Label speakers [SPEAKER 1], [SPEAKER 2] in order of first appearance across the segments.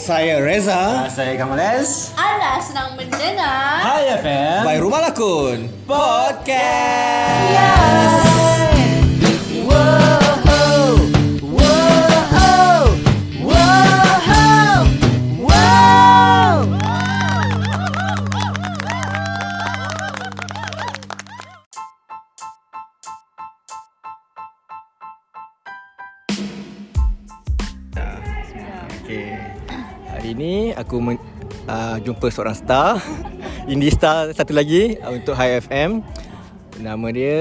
[SPEAKER 1] Saya Reza
[SPEAKER 2] saya Kamales.
[SPEAKER 3] Anda sedang mendengar
[SPEAKER 2] Hai FM.
[SPEAKER 1] By Rumah Lakon Podcast Okay. Hari ni aku men, uh, jumpa seorang star Indie star satu lagi uh, Untuk High FM Nama dia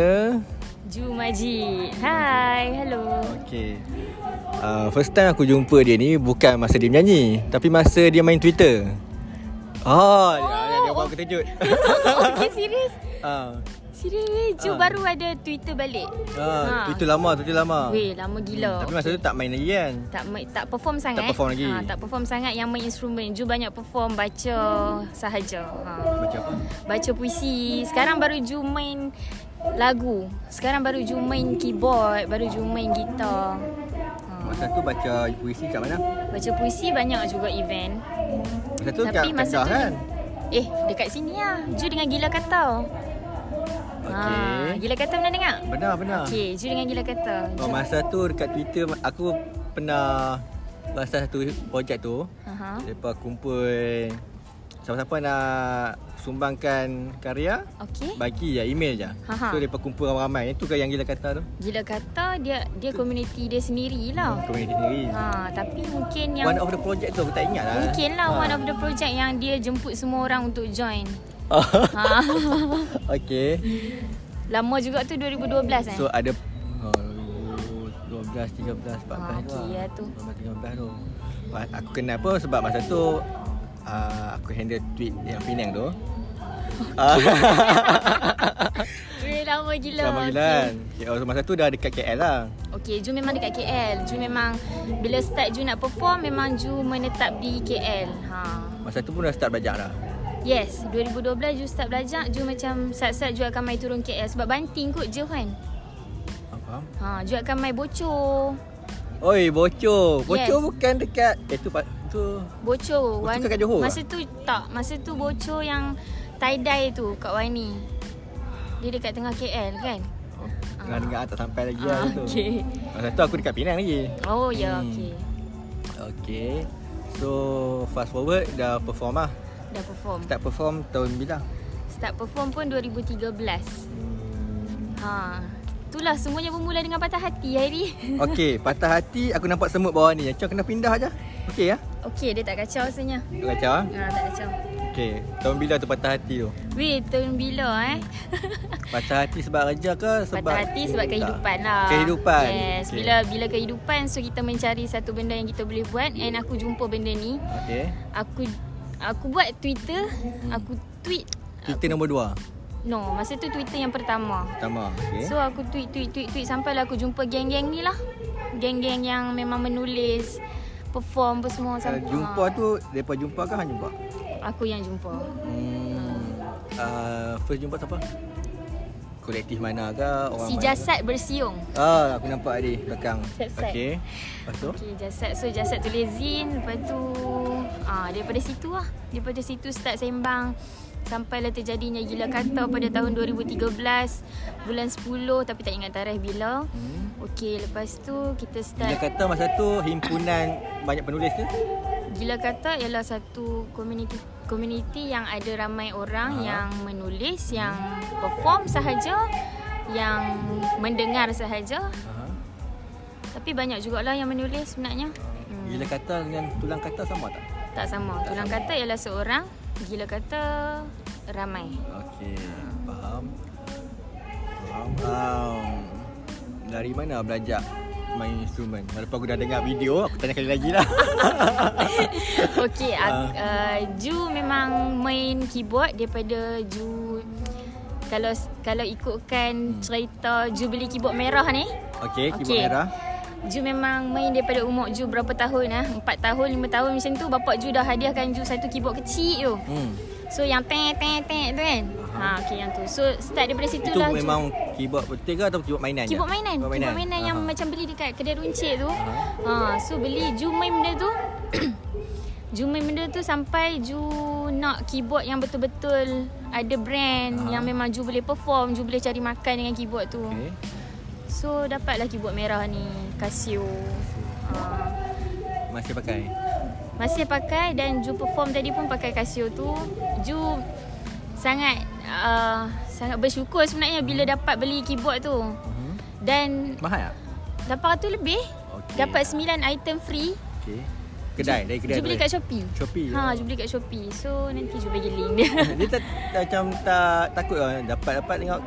[SPEAKER 4] Jumaji. Hai, hello.
[SPEAKER 1] Okay uh, First time aku jumpa dia ni Bukan masa dia menyanyi Tapi masa dia main Twitter Oh, dia, dia, dia buat aku terkejut
[SPEAKER 4] Okay, serius?
[SPEAKER 1] uh,
[SPEAKER 4] Serius ni
[SPEAKER 1] Ah.
[SPEAKER 4] Ju baru ada Twitter balik.
[SPEAKER 1] uh,
[SPEAKER 4] Ah.
[SPEAKER 1] Twitter lama, Twitter lama
[SPEAKER 4] Weh, lama gila.
[SPEAKER 1] Tapi masa tu tak main lagi kan
[SPEAKER 4] tak ma- tak perform sangat.
[SPEAKER 1] Tak perform lagi.
[SPEAKER 4] Ha, tak perform sangat yang main instrumen. Ju banyak perform baca
[SPEAKER 1] Hmm.
[SPEAKER 4] sahaja. Ha.
[SPEAKER 1] Baca apa?
[SPEAKER 4] Baca puisi. Sekarang baru Ju main lagu. Sekarang baru Ju main keyboard, baru Ju main gitar. Ha.
[SPEAKER 1] Masa tu baca puisi kat mana?
[SPEAKER 4] Baca puisi banyak juga event.
[SPEAKER 1] Masa tu kat
[SPEAKER 4] Tapi masa
[SPEAKER 1] Kedah
[SPEAKER 4] tu-
[SPEAKER 1] kan?
[SPEAKER 4] Eh, dekat sini lah. Ju dengan Gila Kata. Ah,
[SPEAKER 1] Okay.
[SPEAKER 4] ha, Gila Kata pernah dengar?
[SPEAKER 1] Benar, benar
[SPEAKER 4] Okey, Ju dengan Gila Kata.
[SPEAKER 1] Oh,
[SPEAKER 4] Ju.
[SPEAKER 1] masa tu dekat Twitter aku pernah pasal satu projek tu.
[SPEAKER 4] Aha.
[SPEAKER 1] Lepas kumpul siapa-siapa nak sumbangkan karya,
[SPEAKER 4] Okey. Ha,
[SPEAKER 1] bagi je email je.
[SPEAKER 4] Ha-ha.
[SPEAKER 1] So lepas kumpul ramai-ramai, itu kan yang gila kata tu.
[SPEAKER 4] Gila Kata dia dia community dia sendirilah.
[SPEAKER 1] Komuniti sendiri.
[SPEAKER 4] Ha, tapi mungkin yang
[SPEAKER 1] One of the project tu aku tak ingat lah.
[SPEAKER 4] mungkin lah one of the project yang dia jemput semua orang untuk join. ha.
[SPEAKER 1] Okay.
[SPEAKER 4] Lama juga tu 2012 eh.
[SPEAKER 1] So ada oh, 12, 13, 14
[SPEAKER 4] Ah,
[SPEAKER 1] tu lah.
[SPEAKER 4] okey, ya tu.
[SPEAKER 1] 12, 13 tu Ba- Aku kenal pun sebab masa tu uh, Aku handle tweet yang Penang tu Ah,
[SPEAKER 4] Weh, lama gila.
[SPEAKER 1] Lama gila kan okay. oh, so Masa tu dah dekat KL lah
[SPEAKER 4] Okey, Ju memang dekat KL. Ju memang bila start Ju nak perform memang Ju menetap di KL. Ha.
[SPEAKER 1] Masa tu pun dah start belajar dah
[SPEAKER 4] Yes, 2012 Ju start belajar, Ju macam sat-sat Ju akan mai turun KL sebab banting kot je kan.
[SPEAKER 1] Ah, Faham?
[SPEAKER 4] Ha, Ju akan mai bocor.
[SPEAKER 1] Oi bocor Bocor
[SPEAKER 4] Yes.
[SPEAKER 1] bukan dekat Eh tu pak tu
[SPEAKER 4] Bocor
[SPEAKER 1] Bocor kat Johor lah?
[SPEAKER 4] Masa tu tak Masa tu bocor yang Tie-dye tu Kat Wani Dia dekat tengah KL kan
[SPEAKER 1] oh, Dengar-dengar tak sampai lagi
[SPEAKER 4] Ah,
[SPEAKER 1] lah tu
[SPEAKER 4] okey.
[SPEAKER 1] Masa tu aku dekat Penang lagi
[SPEAKER 4] Oh ya yeah,
[SPEAKER 1] Hmm.
[SPEAKER 4] okay
[SPEAKER 1] Okay So fast forward dah perform lah
[SPEAKER 4] Dah perform Start,
[SPEAKER 1] Start perform tahun lah. bila?
[SPEAKER 4] Start perform pun 2013 Ha Itulah semuanya bermula dengan patah hati Hairi
[SPEAKER 1] Okey, patah hati aku nampak semut bawah ni. Acau kena pindah aja. Okey ya.
[SPEAKER 4] Okey dia tak kacau rasanya
[SPEAKER 1] Tak kacau ah.
[SPEAKER 4] Ha tak kacau
[SPEAKER 1] Okey, tahun bila tu patah hati tu?
[SPEAKER 4] Weh tahun bila eh
[SPEAKER 1] Patah hati sebab kerja ke sebab
[SPEAKER 4] Patah hati sebab
[SPEAKER 1] Tak.
[SPEAKER 4] kehidupan lah
[SPEAKER 1] Kehidupan.
[SPEAKER 4] Yes okay. Bila bila kehidupan So kita mencari satu benda yang kita boleh buat And aku jumpa benda ni
[SPEAKER 1] Okey.
[SPEAKER 4] Aku aku buat Twitter, aku tweet.
[SPEAKER 1] Kita nombor dua.
[SPEAKER 4] No, masa tu Twitter yang pertama.
[SPEAKER 1] Pertama. Okey.
[SPEAKER 4] So aku tweet tweet tweet tweet sampailah aku jumpa geng-geng ni lah. Geng-geng yang memang menulis, perform apa semua
[SPEAKER 1] Kalau
[SPEAKER 4] sampai.
[SPEAKER 1] jumpa tu depa jumpa ke hang jumpa?
[SPEAKER 4] aku yang jumpa.
[SPEAKER 1] Hmm. Uh, first jumpa siapa? Kolektif mana ke orang
[SPEAKER 4] si
[SPEAKER 1] mana ke?
[SPEAKER 4] jasad bersiung.
[SPEAKER 1] Ah, aku nampak tadi belakang.
[SPEAKER 4] Jasad.
[SPEAKER 1] Okey. Lepas tu?
[SPEAKER 4] Okay, jasad. So jasad tulis zin, lepas tu ah daripada situ lah. Daripada situ start sembang sampailah terjadinya gila kata pada tahun 2013 bulan 10 tapi tak ingat tarikh bila.
[SPEAKER 1] Hmm.
[SPEAKER 4] Okey, lepas tu kita
[SPEAKER 1] Bila
[SPEAKER 4] start
[SPEAKER 1] kata masa tu himpunan banyak penulis ke?
[SPEAKER 4] Gila Kata ialah satu komuniti komuniti yang ada ramai
[SPEAKER 1] Ha.
[SPEAKER 4] orang yang menulis, yang perform sahaja, yang mendengar sahaja.
[SPEAKER 1] Uh-huh.
[SPEAKER 4] Tapi banyak jugalah yang menulis sebenarnya. Hmm,
[SPEAKER 1] Gila kata dengan tulang kata sama tak?
[SPEAKER 4] tak sama. Tulang Kata ialah seorang, Gila Kata ramai.
[SPEAKER 1] Okey, faham. Faham. Um, dari mana belajar main instrumen? Walaupun aku dah dengar video, aku tanya kali lagi lah. Ah.
[SPEAKER 4] Okey, ak- uh, Ju memang main keyboard daripada Ju kalau kalau
[SPEAKER 1] Hmm.
[SPEAKER 4] ikutkan cerita Ju beli keyboard merah ni,
[SPEAKER 1] Okey, keyboard
[SPEAKER 4] Okey.
[SPEAKER 1] merah.
[SPEAKER 4] Ju memang main daripada umur Ju berapa tahun ah? Empat tahun, lima tahun macam tu Bapak Ju dah hadiahkan Ju satu keyboard kecil tu
[SPEAKER 1] Hmm.
[SPEAKER 4] So yang teng teng teng tu kan
[SPEAKER 1] Aha.
[SPEAKER 4] Ha okay yang tu So start daripada situ
[SPEAKER 1] Itu
[SPEAKER 4] lah Ju.
[SPEAKER 1] memang keyboard betul ke atau keyboard mainan? je?
[SPEAKER 4] Keyboard mainan Keyboard mainan, yang macam Ah, beli dekat kedai runcit tu
[SPEAKER 1] Aha.
[SPEAKER 4] ha, So beli Ju main benda tu Jumai benda tu sampai Ju nak keyboard yang betul-betul ada brand
[SPEAKER 1] Ah.
[SPEAKER 4] yang memang Ju boleh perform, Ju boleh cari makan dengan keyboard tu.
[SPEAKER 1] Okay.
[SPEAKER 4] So dapatlah keyboard merah ni Casio. Ha.
[SPEAKER 1] Masih pakai.
[SPEAKER 4] Masih pakai dan Ju perform tadi pun pakai Casio tu. Ju sangat uh, sangat bersyukur sebenarnya bila
[SPEAKER 1] Hmm.
[SPEAKER 4] dapat beli keyboard tu.
[SPEAKER 1] Mhm.
[SPEAKER 4] Dan
[SPEAKER 1] Mahal tak?
[SPEAKER 4] dapat tu lebih.
[SPEAKER 1] Okey.
[SPEAKER 4] Okay. Dapat 9 item free.
[SPEAKER 1] Okey. Kedai, dari kedai.
[SPEAKER 4] Ju beli kat Shopee.
[SPEAKER 1] Shopee. oh.
[SPEAKER 4] Ha, Ju beli kat Shopee. So nanti Ju bagi link dia.
[SPEAKER 1] Dia tak macam tak takut lah. dapat dapat tengok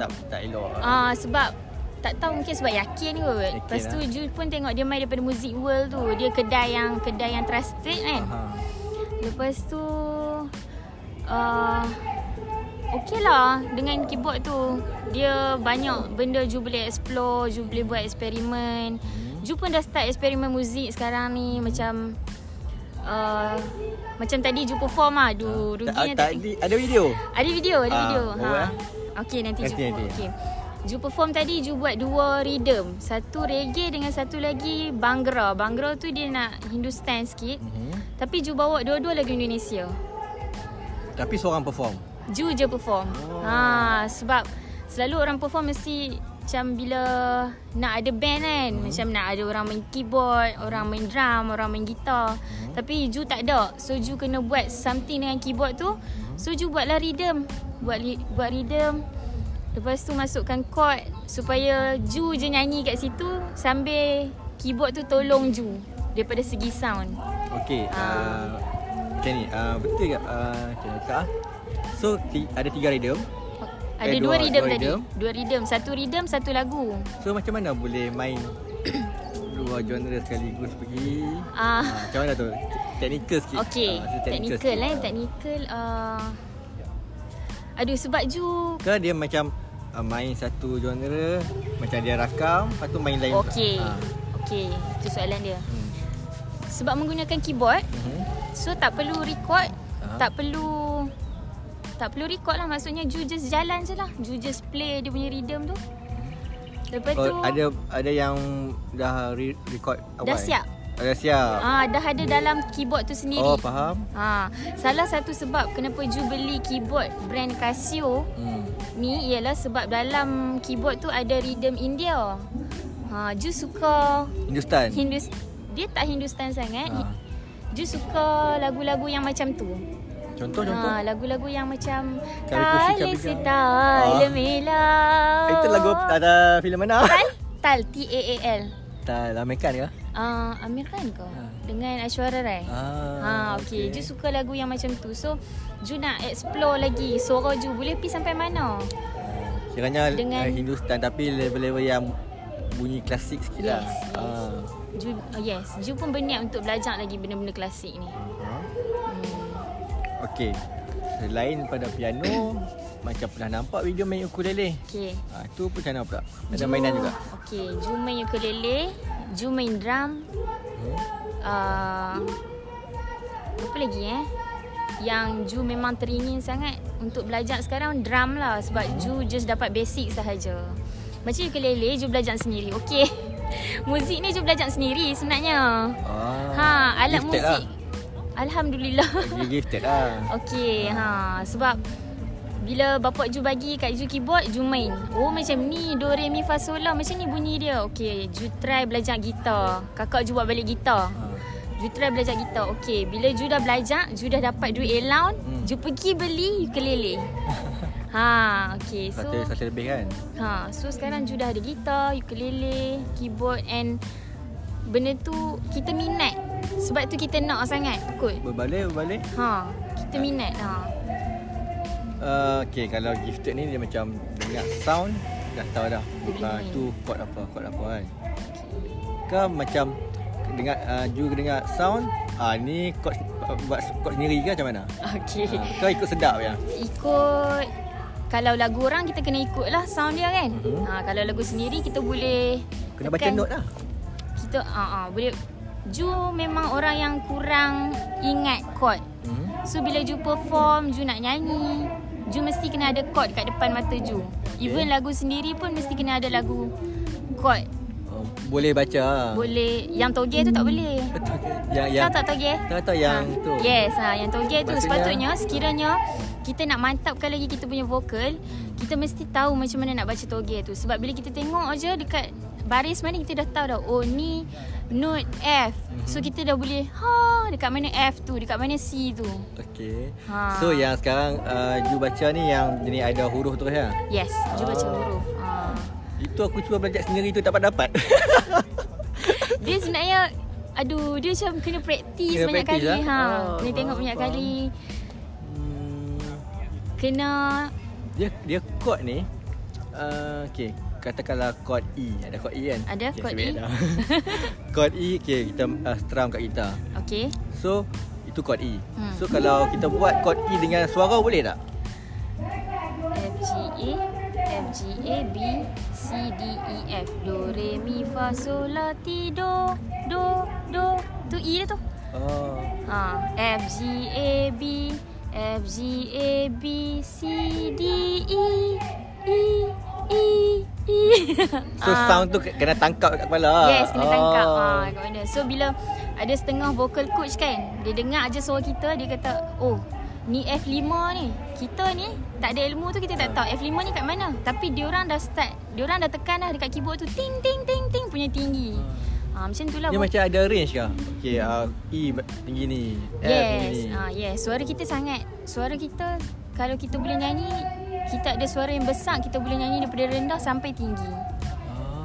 [SPEAKER 1] tak tak elok. lah.
[SPEAKER 4] Ah sebab tak tahu mungkin sebab yakin kot. Yakin Lepas tu
[SPEAKER 1] lah.
[SPEAKER 4] Ju pun tengok dia main daripada Music World tu. Dia kedai yang kedai yang trusted kan.
[SPEAKER 1] Ha.
[SPEAKER 4] Lepas tu uh, Okay lah dengan keyboard tu Dia banyak benda Ju boleh explore Ju boleh buat eksperimen Ju pun dah start eksperimen muzik sekarang ni Macam uh, Macam tadi Ju perform lah Du ruginya
[SPEAKER 1] Ah, tak,
[SPEAKER 4] tak,
[SPEAKER 1] tak, ada video.
[SPEAKER 4] Ada video Ada
[SPEAKER 1] Ah,
[SPEAKER 4] video
[SPEAKER 1] boleh lah.
[SPEAKER 4] Okay nanti Ju
[SPEAKER 1] Nanti,
[SPEAKER 4] perform
[SPEAKER 1] nanti.
[SPEAKER 4] okay. Ju perform tadi Ju buat dua rhythm Satu reggae dengan satu lagi Bangra Bangra tu dia nak Hindustan sikit
[SPEAKER 1] Mhm.
[SPEAKER 4] tapi Ju bawa dua-dua lagu Indonesia.
[SPEAKER 1] Tapi seorang perform.
[SPEAKER 4] Ju je perform.
[SPEAKER 1] Oh.
[SPEAKER 4] Oh. Ha sebab selalu orang perform mesti macam bila nak ada band kan hmm. Macam nak ada orang main keyboard Orang main drum Orang main gitar hmm. Tapi Ju tak ada So Ju kena buat something dengan keyboard tu So Ju buatlah rhythm Buat li- buat rhythm Lepas tu masukkan chord Supaya Ju je nyanyi kat situ Sambil keyboard tu tolong Ju Daripada segi sound
[SPEAKER 1] Okey. Uh,
[SPEAKER 4] Ah.
[SPEAKER 1] macam ni. Uh, betul ke? Uh, macam mana cakap? ah? So ti- ada tiga rhythm.
[SPEAKER 4] Ada
[SPEAKER 1] Eh,
[SPEAKER 4] dua,
[SPEAKER 1] dua-
[SPEAKER 4] rhythm
[SPEAKER 1] dua
[SPEAKER 4] tadi.
[SPEAKER 1] rhythm.
[SPEAKER 4] Dua rhythm. Satu rhythm, satu lagu.
[SPEAKER 1] So macam mana boleh main dua genre sekaligus pergi?
[SPEAKER 4] Ah.
[SPEAKER 1] Ah, macam mana tu? Teknikal sikit.
[SPEAKER 4] Okey.
[SPEAKER 1] Ah, so
[SPEAKER 4] Technical
[SPEAKER 1] sikit.
[SPEAKER 4] eh. Technical. Uh... Aduh, sebab Ju...
[SPEAKER 1] Ke dia macam uh, main satu genre macam dia rakam lepas tu main lain pula?
[SPEAKER 4] Okey.
[SPEAKER 1] Ah.
[SPEAKER 4] Okey. Itu soalan dia.
[SPEAKER 1] Hmm.
[SPEAKER 4] Sebab menggunakan keyboard,
[SPEAKER 1] Mhm.
[SPEAKER 4] so tak perlu record.
[SPEAKER 1] Ah.
[SPEAKER 4] Tak perlu... Tak perlu record lah. Maksudnya Ju just jalan je lah. Ju just play dia punya rhythm tu. Lepas tu...
[SPEAKER 1] Oh, ada ada yang dah re- record awal.
[SPEAKER 4] Dah siap.
[SPEAKER 1] Ah, Dah siap.
[SPEAKER 4] Ah, dah ada dalam keyboard tu sendiri.
[SPEAKER 1] oh, faham.
[SPEAKER 4] Ha, salah satu sebab kenapa Ju beli keyboard brand Casio
[SPEAKER 1] Hmm.
[SPEAKER 4] ni ialah sebab dalam keyboard tu ada rhythm India. Ha, Ju suka
[SPEAKER 1] Hindustan.
[SPEAKER 4] Hindus dia tak Hindustan sangat.
[SPEAKER 1] Ah.
[SPEAKER 4] Ha. Ju suka lagu-lagu yang macam tu.
[SPEAKER 1] Contoh contoh.
[SPEAKER 4] Ha, lagu-lagu yang macam
[SPEAKER 1] Kali Kushi, Kali
[SPEAKER 4] Kali
[SPEAKER 1] Kushi.
[SPEAKER 4] Sitai
[SPEAKER 1] Ah.
[SPEAKER 4] Lemela.
[SPEAKER 1] Itu lagu
[SPEAKER 4] Oh.
[SPEAKER 1] ada filem mana?
[SPEAKER 4] Tal Tal T A A L.
[SPEAKER 1] Tak, Lamekan ke?
[SPEAKER 4] Uh, Amir Khan ke?
[SPEAKER 1] Ah.
[SPEAKER 4] Dengan Aishwarya Rai.
[SPEAKER 1] Ah,
[SPEAKER 4] Ha okey. Ju suka lagu yang macam tu. So Ju nak explore lagi suara Ju boleh pergi sampai mana?
[SPEAKER 1] Kiranya dengan
[SPEAKER 4] Dengan-
[SPEAKER 1] Hindustan tapi level-level yang bunyi klasik sikit lah.
[SPEAKER 4] Yes, yes.
[SPEAKER 1] Ah.
[SPEAKER 4] Ju oh, yes, Ju pun berniat untuk belajar lagi benda-benda klasik ni.
[SPEAKER 1] Ah. Okey. Selain pada piano, macam pernah nampak video main ukulele.
[SPEAKER 4] Okey.
[SPEAKER 1] Ah, tu pun macam mana pula? Ada
[SPEAKER 4] Ju-
[SPEAKER 1] mainan juga.
[SPEAKER 4] Okey, Ju main ukulele, Ju main drum.
[SPEAKER 1] Hmm.
[SPEAKER 4] Uh, apa lagi eh? Yang Ju memang teringin sangat untuk belajar sekarang drum lah sebab Ju just dapat basic sahaja. Macam ukulele Ju belajar sendiri. Okey. Muzik ni Ju belajar sendiri sebenarnya.
[SPEAKER 1] Ah.
[SPEAKER 4] Ha, alat
[SPEAKER 1] gifted
[SPEAKER 4] muzik.
[SPEAKER 1] Lah.
[SPEAKER 4] Alhamdulillah.
[SPEAKER 1] Dia gifted lah.
[SPEAKER 4] Okey, ha sebab bila bapak Ju bagi kat Ju keyboard, Ju main. Oh macam ni do re mi fa sol la macam ni bunyi dia. Okey, Ju try belajar gitar. Kakak Ju buat balik gitar.
[SPEAKER 1] Ah.
[SPEAKER 4] Ju try belajar gitar. Okey, bila Ju dah belajar, Ju dah dapat duit allowance,
[SPEAKER 1] Hmm.
[SPEAKER 4] Ju pergi beli ukulele. ha, okey. So
[SPEAKER 1] Satu, satu lebih kan?
[SPEAKER 4] Ha, so sekarang Ju dah ada gitar, ukulele, keyboard and benda tu kita minat. Sebab tu kita nak sangat kot.
[SPEAKER 1] Berbalik, berbalik.
[SPEAKER 4] Ha, kita minat. Ha.
[SPEAKER 1] Uh, okay, kalau gifted ni dia macam dengar sound dah tahu dah
[SPEAKER 4] Dia boleh
[SPEAKER 1] uh,
[SPEAKER 4] main.
[SPEAKER 1] tu chord apa, chord apa kan. Ke macam dengar uh, juga dengar sound ah ni chord uh, buat chord sendiri ke macam mana?
[SPEAKER 4] Okey.
[SPEAKER 1] Uh, kau ikut sedap ya.
[SPEAKER 4] Ikut kalau lagu orang kita kena ikut lah sound dia kan.
[SPEAKER 1] Mhm.
[SPEAKER 4] Ha, kalau lagu sendiri kita boleh
[SPEAKER 1] Kena baca
[SPEAKER 4] tekan.
[SPEAKER 1] note lah.
[SPEAKER 4] Kita ha, ha, boleh Ju memang orang yang kurang ingat chord.
[SPEAKER 1] Hmm.
[SPEAKER 4] So bila Ju perform, Ju nak nyanyi, Ju mesti kena ada chord kat depan mata Ju. Even lagu sendiri pun mesti kena ada lagu chord.
[SPEAKER 1] Um, boleh baca lah.
[SPEAKER 4] Boleh Yang toge tu tak boleh
[SPEAKER 1] Betul ke? Yang Hmm. yang
[SPEAKER 4] Tahu tak toge?
[SPEAKER 1] Tahu tak yang
[SPEAKER 4] Ha.
[SPEAKER 1] tu.
[SPEAKER 4] Yes ha, Yang toge tu
[SPEAKER 1] Maksudnya-
[SPEAKER 4] Sepatutnya Sekiranya Kita nak mantapkan lagi Kita punya vokal Kita mesti tahu Macam mana nak baca toge tu Sebab bila kita tengok je Dekat baris mana Kita dah tahu dah Oh ni Note F
[SPEAKER 1] Mhm.
[SPEAKER 4] So kita dah boleh Ha Dekat mana F tu Dekat mana C tu
[SPEAKER 1] Okey.
[SPEAKER 4] Ha.
[SPEAKER 1] So yang sekarang uh, you baca ni yang jenis ada huruf tu ya.
[SPEAKER 4] Yes Cuba baca huruf ha.
[SPEAKER 1] Itu aku cuba belajar sendiri tu tak dapat.
[SPEAKER 4] Dia sebenarnya Aduh Dia macam kena praktis
[SPEAKER 1] Kena
[SPEAKER 4] banyak
[SPEAKER 1] praktis
[SPEAKER 4] kali
[SPEAKER 1] lah.
[SPEAKER 4] ha.
[SPEAKER 1] Oh,
[SPEAKER 4] Kena tengok
[SPEAKER 1] faham,
[SPEAKER 4] banyak
[SPEAKER 1] faham.
[SPEAKER 4] kali
[SPEAKER 1] hmm,
[SPEAKER 4] Kena
[SPEAKER 1] dia dia chord ni uh, okey katakanlah chord E. Ada chord E kan?
[SPEAKER 4] Ada
[SPEAKER 1] Okey,
[SPEAKER 4] chord
[SPEAKER 1] sebab
[SPEAKER 4] E.
[SPEAKER 1] dah. chord E okey kita uh, strum kat gitar.
[SPEAKER 4] Okay
[SPEAKER 1] So itu chord E.
[SPEAKER 4] Hmm.
[SPEAKER 1] So kalau kita buat chord E dengan suara boleh tak?
[SPEAKER 4] F G A F G A B C D E F Do Re Mi Fa Sol La Ti Do Do Do Tu E dia tu
[SPEAKER 1] Oh.
[SPEAKER 4] ha. F G A B F G A B C D E E E E
[SPEAKER 1] So
[SPEAKER 4] Ah.
[SPEAKER 1] sound tu kena tangkap kat kepala. Oh.
[SPEAKER 4] Yes, kena tangkap
[SPEAKER 1] ah.
[SPEAKER 4] ha, kat mana. So bila ada setengah vocal coach kan, dia dengar je suara kita, dia kata, "Oh, ni F5 ni. Kita ni tak ada ilmu tu kita tak tahu F5 ni kat mana." Tapi dia orang dah start, dia orang dah tekan dah dekat keyboard tu ting ting ting ting punya tinggi. Ha, macam itulah.
[SPEAKER 1] Dia
[SPEAKER 4] voc-
[SPEAKER 1] macam ada range kah? Okay, uh, E ba- tinggi ni F tinggi
[SPEAKER 4] Hmm. Yes.
[SPEAKER 1] ni
[SPEAKER 4] Ha, yes, suara kita sangat suara kita kalau kita boleh nyanyi kita ada suara yang besar, kita boleh nyanyi daripada rendah sampai tinggi.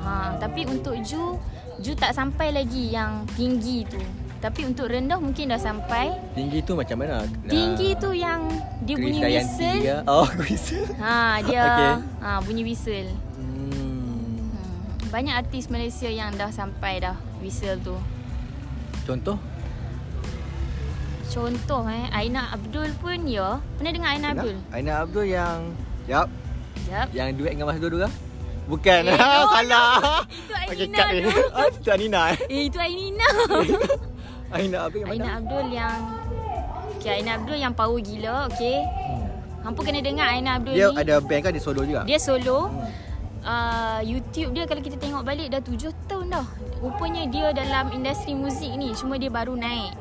[SPEAKER 1] Ah,
[SPEAKER 4] Ha, tapi untuk Ju, Ju tak sampai lagi yang tinggi tu. Tapi untuk rendah mungkin dah sampai.
[SPEAKER 1] Tinggi tu macam mana? Ah,
[SPEAKER 4] Tinggi tu yang dia bunyi whistle.
[SPEAKER 1] Dia. Oh, whistle
[SPEAKER 4] Ha, dia
[SPEAKER 1] Okay.
[SPEAKER 4] ha, bunyi whistle.
[SPEAKER 1] hmm.
[SPEAKER 4] Hmm. Banyak artis Malaysia yang dah sampai dah whistle tu.
[SPEAKER 1] Contoh?
[SPEAKER 4] Contoh eh, Aina Abdul pun ya. Pernah dengar Aina Abdul?
[SPEAKER 1] Aina Abdul yang Yap
[SPEAKER 4] Yap.
[SPEAKER 1] Yang duet dengan Mas Dua Dua Bukan
[SPEAKER 4] Eh, no,
[SPEAKER 1] Salah
[SPEAKER 4] Itu Aina
[SPEAKER 1] Okay, cut ni
[SPEAKER 4] tu.
[SPEAKER 1] Ah, Itu Anina eh
[SPEAKER 4] Eh, itu Aina.
[SPEAKER 1] Aina Abdul yang mana?
[SPEAKER 4] Aina Abdul yang Okay, Aina Abdul yang power gila, okay. Hampa kena dengar Aina Abdul
[SPEAKER 1] Dia Hmm.
[SPEAKER 4] ni.
[SPEAKER 1] ada band kan? Dia solo juga?
[SPEAKER 4] Dia solo uh, YouTube dia kalau kita tengok balik dah 7 tahun dah Rupanya dia dalam industri muzik ni Cuma dia baru naik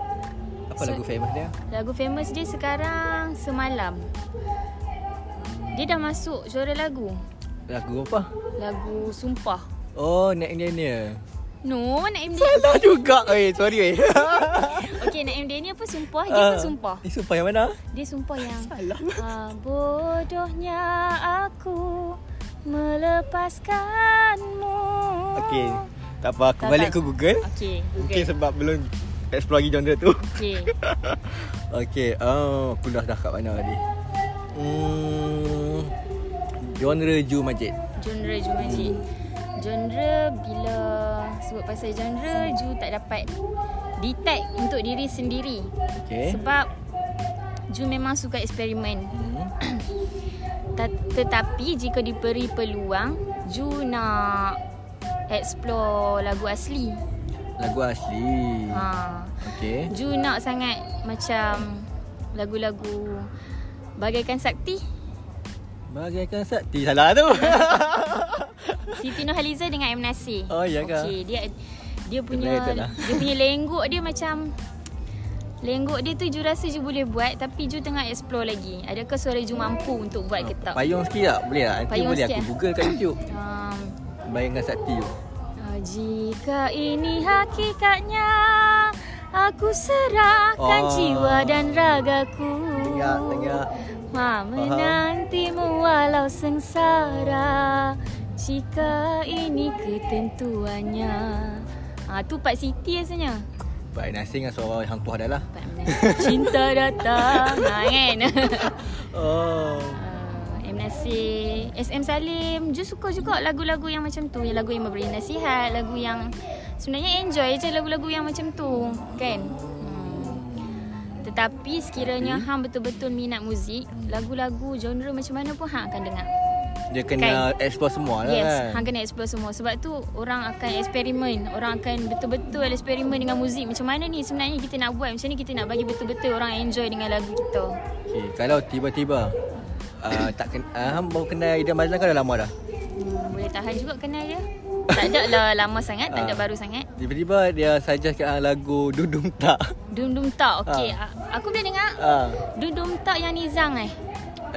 [SPEAKER 1] Apa lagu famous dia?
[SPEAKER 4] Lagu famous dia sekarang Semalam Dia dah masuk juara lagu
[SPEAKER 1] Lagu apa?
[SPEAKER 4] Lagu Sumpah
[SPEAKER 1] Oh, Naim Daniel
[SPEAKER 4] No, Naim Daniel
[SPEAKER 1] Salah juga Eh, sorry eh
[SPEAKER 4] Okay, Naim Daniel pun Sumpah Dia
[SPEAKER 1] Ah.
[SPEAKER 4] pun Sumpah
[SPEAKER 1] Ni sumpah yang mana?
[SPEAKER 4] Dia sumpah yang
[SPEAKER 1] Salah.
[SPEAKER 4] Ah, Bodohnya aku Melepaskanmu
[SPEAKER 1] Okay Tak apa aku
[SPEAKER 4] Tak,
[SPEAKER 1] balik
[SPEAKER 4] tak.
[SPEAKER 1] ke Google
[SPEAKER 4] Okay,
[SPEAKER 1] Mungkin
[SPEAKER 4] Google
[SPEAKER 1] sebab belum explore lagi genre tu
[SPEAKER 4] Okay
[SPEAKER 1] Okay oh, Aku dah dah kat mana tadi Hmm Genre Ju Majid
[SPEAKER 4] genre Ju Majid. Genre bila sebut pasal genre Ju tak dapat detect untuk diri sendiri.
[SPEAKER 1] Okay
[SPEAKER 4] Sebab Ju memang suka eksperimen.
[SPEAKER 1] hmm.
[SPEAKER 4] Ta- tetapi jika diberi peluang, Ju nak explore lagu asli.
[SPEAKER 1] Lagu asli
[SPEAKER 4] Ha.
[SPEAKER 1] Okay
[SPEAKER 4] Ju nak sangat macam lagu-lagu bagaikan sakti.
[SPEAKER 1] Bagaikan sakti Salah tu
[SPEAKER 4] Siti Nurhaliza dengan M Nasir.
[SPEAKER 1] Oh, ya ke?
[SPEAKER 4] Okey, dia dia punya
[SPEAKER 1] Related lah.
[SPEAKER 4] dia punya lenggok dia macam lenggok dia tu Ju rasa Ju boleh buat tapi Ju tengah explore lagi. Adakah suara Ju mampu
[SPEAKER 1] Ah,
[SPEAKER 4] untuk buat ke tak?
[SPEAKER 1] Payung sikit tak? Boleh tak? Nanti
[SPEAKER 4] Payung
[SPEAKER 1] boleh
[SPEAKER 4] sikit,
[SPEAKER 1] aku
[SPEAKER 4] eh?
[SPEAKER 1] google kat YouTube
[SPEAKER 4] Um,
[SPEAKER 1] Bayangkan sakti tu
[SPEAKER 4] uh, jika ini hakikatnya aku serahkan
[SPEAKER 1] Oh.
[SPEAKER 4] jiwa dan ragaku.
[SPEAKER 1] Tengok, tengok.
[SPEAKER 4] Ma menantimu walau sengsara Jika ini ketentuannya Ah ha, tu part Siti rasanya
[SPEAKER 1] Baik nasi dengan suara hang tuah dah lah
[SPEAKER 4] Part M. Nasir. Cinta datang ha, kan
[SPEAKER 1] Oh
[SPEAKER 4] Ah, M. Nasir SM Salim Ju suka juga lagu-lagu yang macam tu yang Lagu yang memberi nasihat Lagu yang Sebenarnya enjoy je lagu-lagu yang macam tu Kan hmm. Tetapi sekiranya
[SPEAKER 1] Tapi-
[SPEAKER 4] Hang betul-betul minat muzik Lagu-lagu genre macam mana pun Hang akan dengar
[SPEAKER 1] Dia kena explore semua lah
[SPEAKER 4] Kan? Yes,
[SPEAKER 1] kan
[SPEAKER 4] hang kena explore semua Sebab tu orang akan eksperimen Orang akan betul-betul eksperimen dengan muzik Macam mana ni sebenarnya kita nak buat Macam ni kita nak bagi betul-betul orang enjoy dengan lagu kita
[SPEAKER 1] Okay, kalau tiba-tiba ah, uh, tak ken, uh, baru kenal Ida Mazlan kau dah lama dah.
[SPEAKER 4] hmm, Boleh tahan juga kenal dia Tak ada lah lama sangat, tak ada
[SPEAKER 1] Ah.
[SPEAKER 4] baru sangat.
[SPEAKER 1] Tiba-tiba dia suggest kat ah, lagu Dudum Tak.
[SPEAKER 4] Dum Dum Tak. Okey,
[SPEAKER 1] Ah.
[SPEAKER 4] a- aku boleh dengar.
[SPEAKER 1] Ah,
[SPEAKER 4] Dum Dum Tak yang Nizam eh.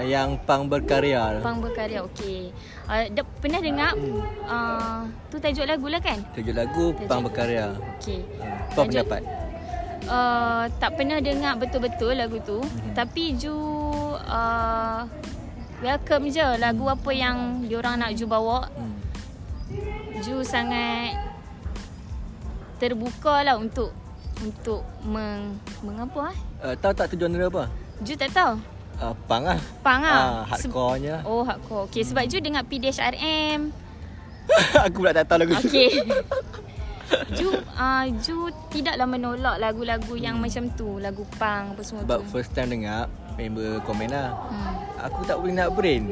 [SPEAKER 1] yang pang berkarya.
[SPEAKER 4] Pang berkarya. Okey. Uh, de- pernah dengar
[SPEAKER 1] Hmm.
[SPEAKER 4] uh, tu tajuk lagu lah kan?
[SPEAKER 1] Tajuk lagu pang berkarya. Ah,
[SPEAKER 4] Okey.
[SPEAKER 1] Apa
[SPEAKER 4] Tajuk-
[SPEAKER 1] pendapat?
[SPEAKER 4] Uh, tak pernah dengar betul-betul lagu tu
[SPEAKER 1] Mhm.
[SPEAKER 4] mm-hmm. tapi ju uh, welcome je lagu
[SPEAKER 1] Mhm.
[SPEAKER 4] apa yang diorang nak ju bawa
[SPEAKER 1] Hmm.
[SPEAKER 4] ju sangat terbuka lah untuk untuk meng mengapa eh
[SPEAKER 1] Uh, tahu tak tujuan dia apa?
[SPEAKER 4] ju tak tahu
[SPEAKER 1] Uh, pang lah.
[SPEAKER 4] pang
[SPEAKER 1] Ah,
[SPEAKER 4] ah
[SPEAKER 1] hardcore-nya.
[SPEAKER 4] oh hardcore okey sebab ju dengar PDHRM
[SPEAKER 1] Aku pula tak tahu lagu tu.
[SPEAKER 4] Okey. Ju uh, Ju tidaklah menolak lagu-lagu yang
[SPEAKER 1] Hmm.
[SPEAKER 4] macam tu, lagu punk apa semua
[SPEAKER 1] Sebab
[SPEAKER 4] tu.
[SPEAKER 1] first time dengar, member komen lah.
[SPEAKER 4] Hmm.
[SPEAKER 1] Aku tak boleh nak brain.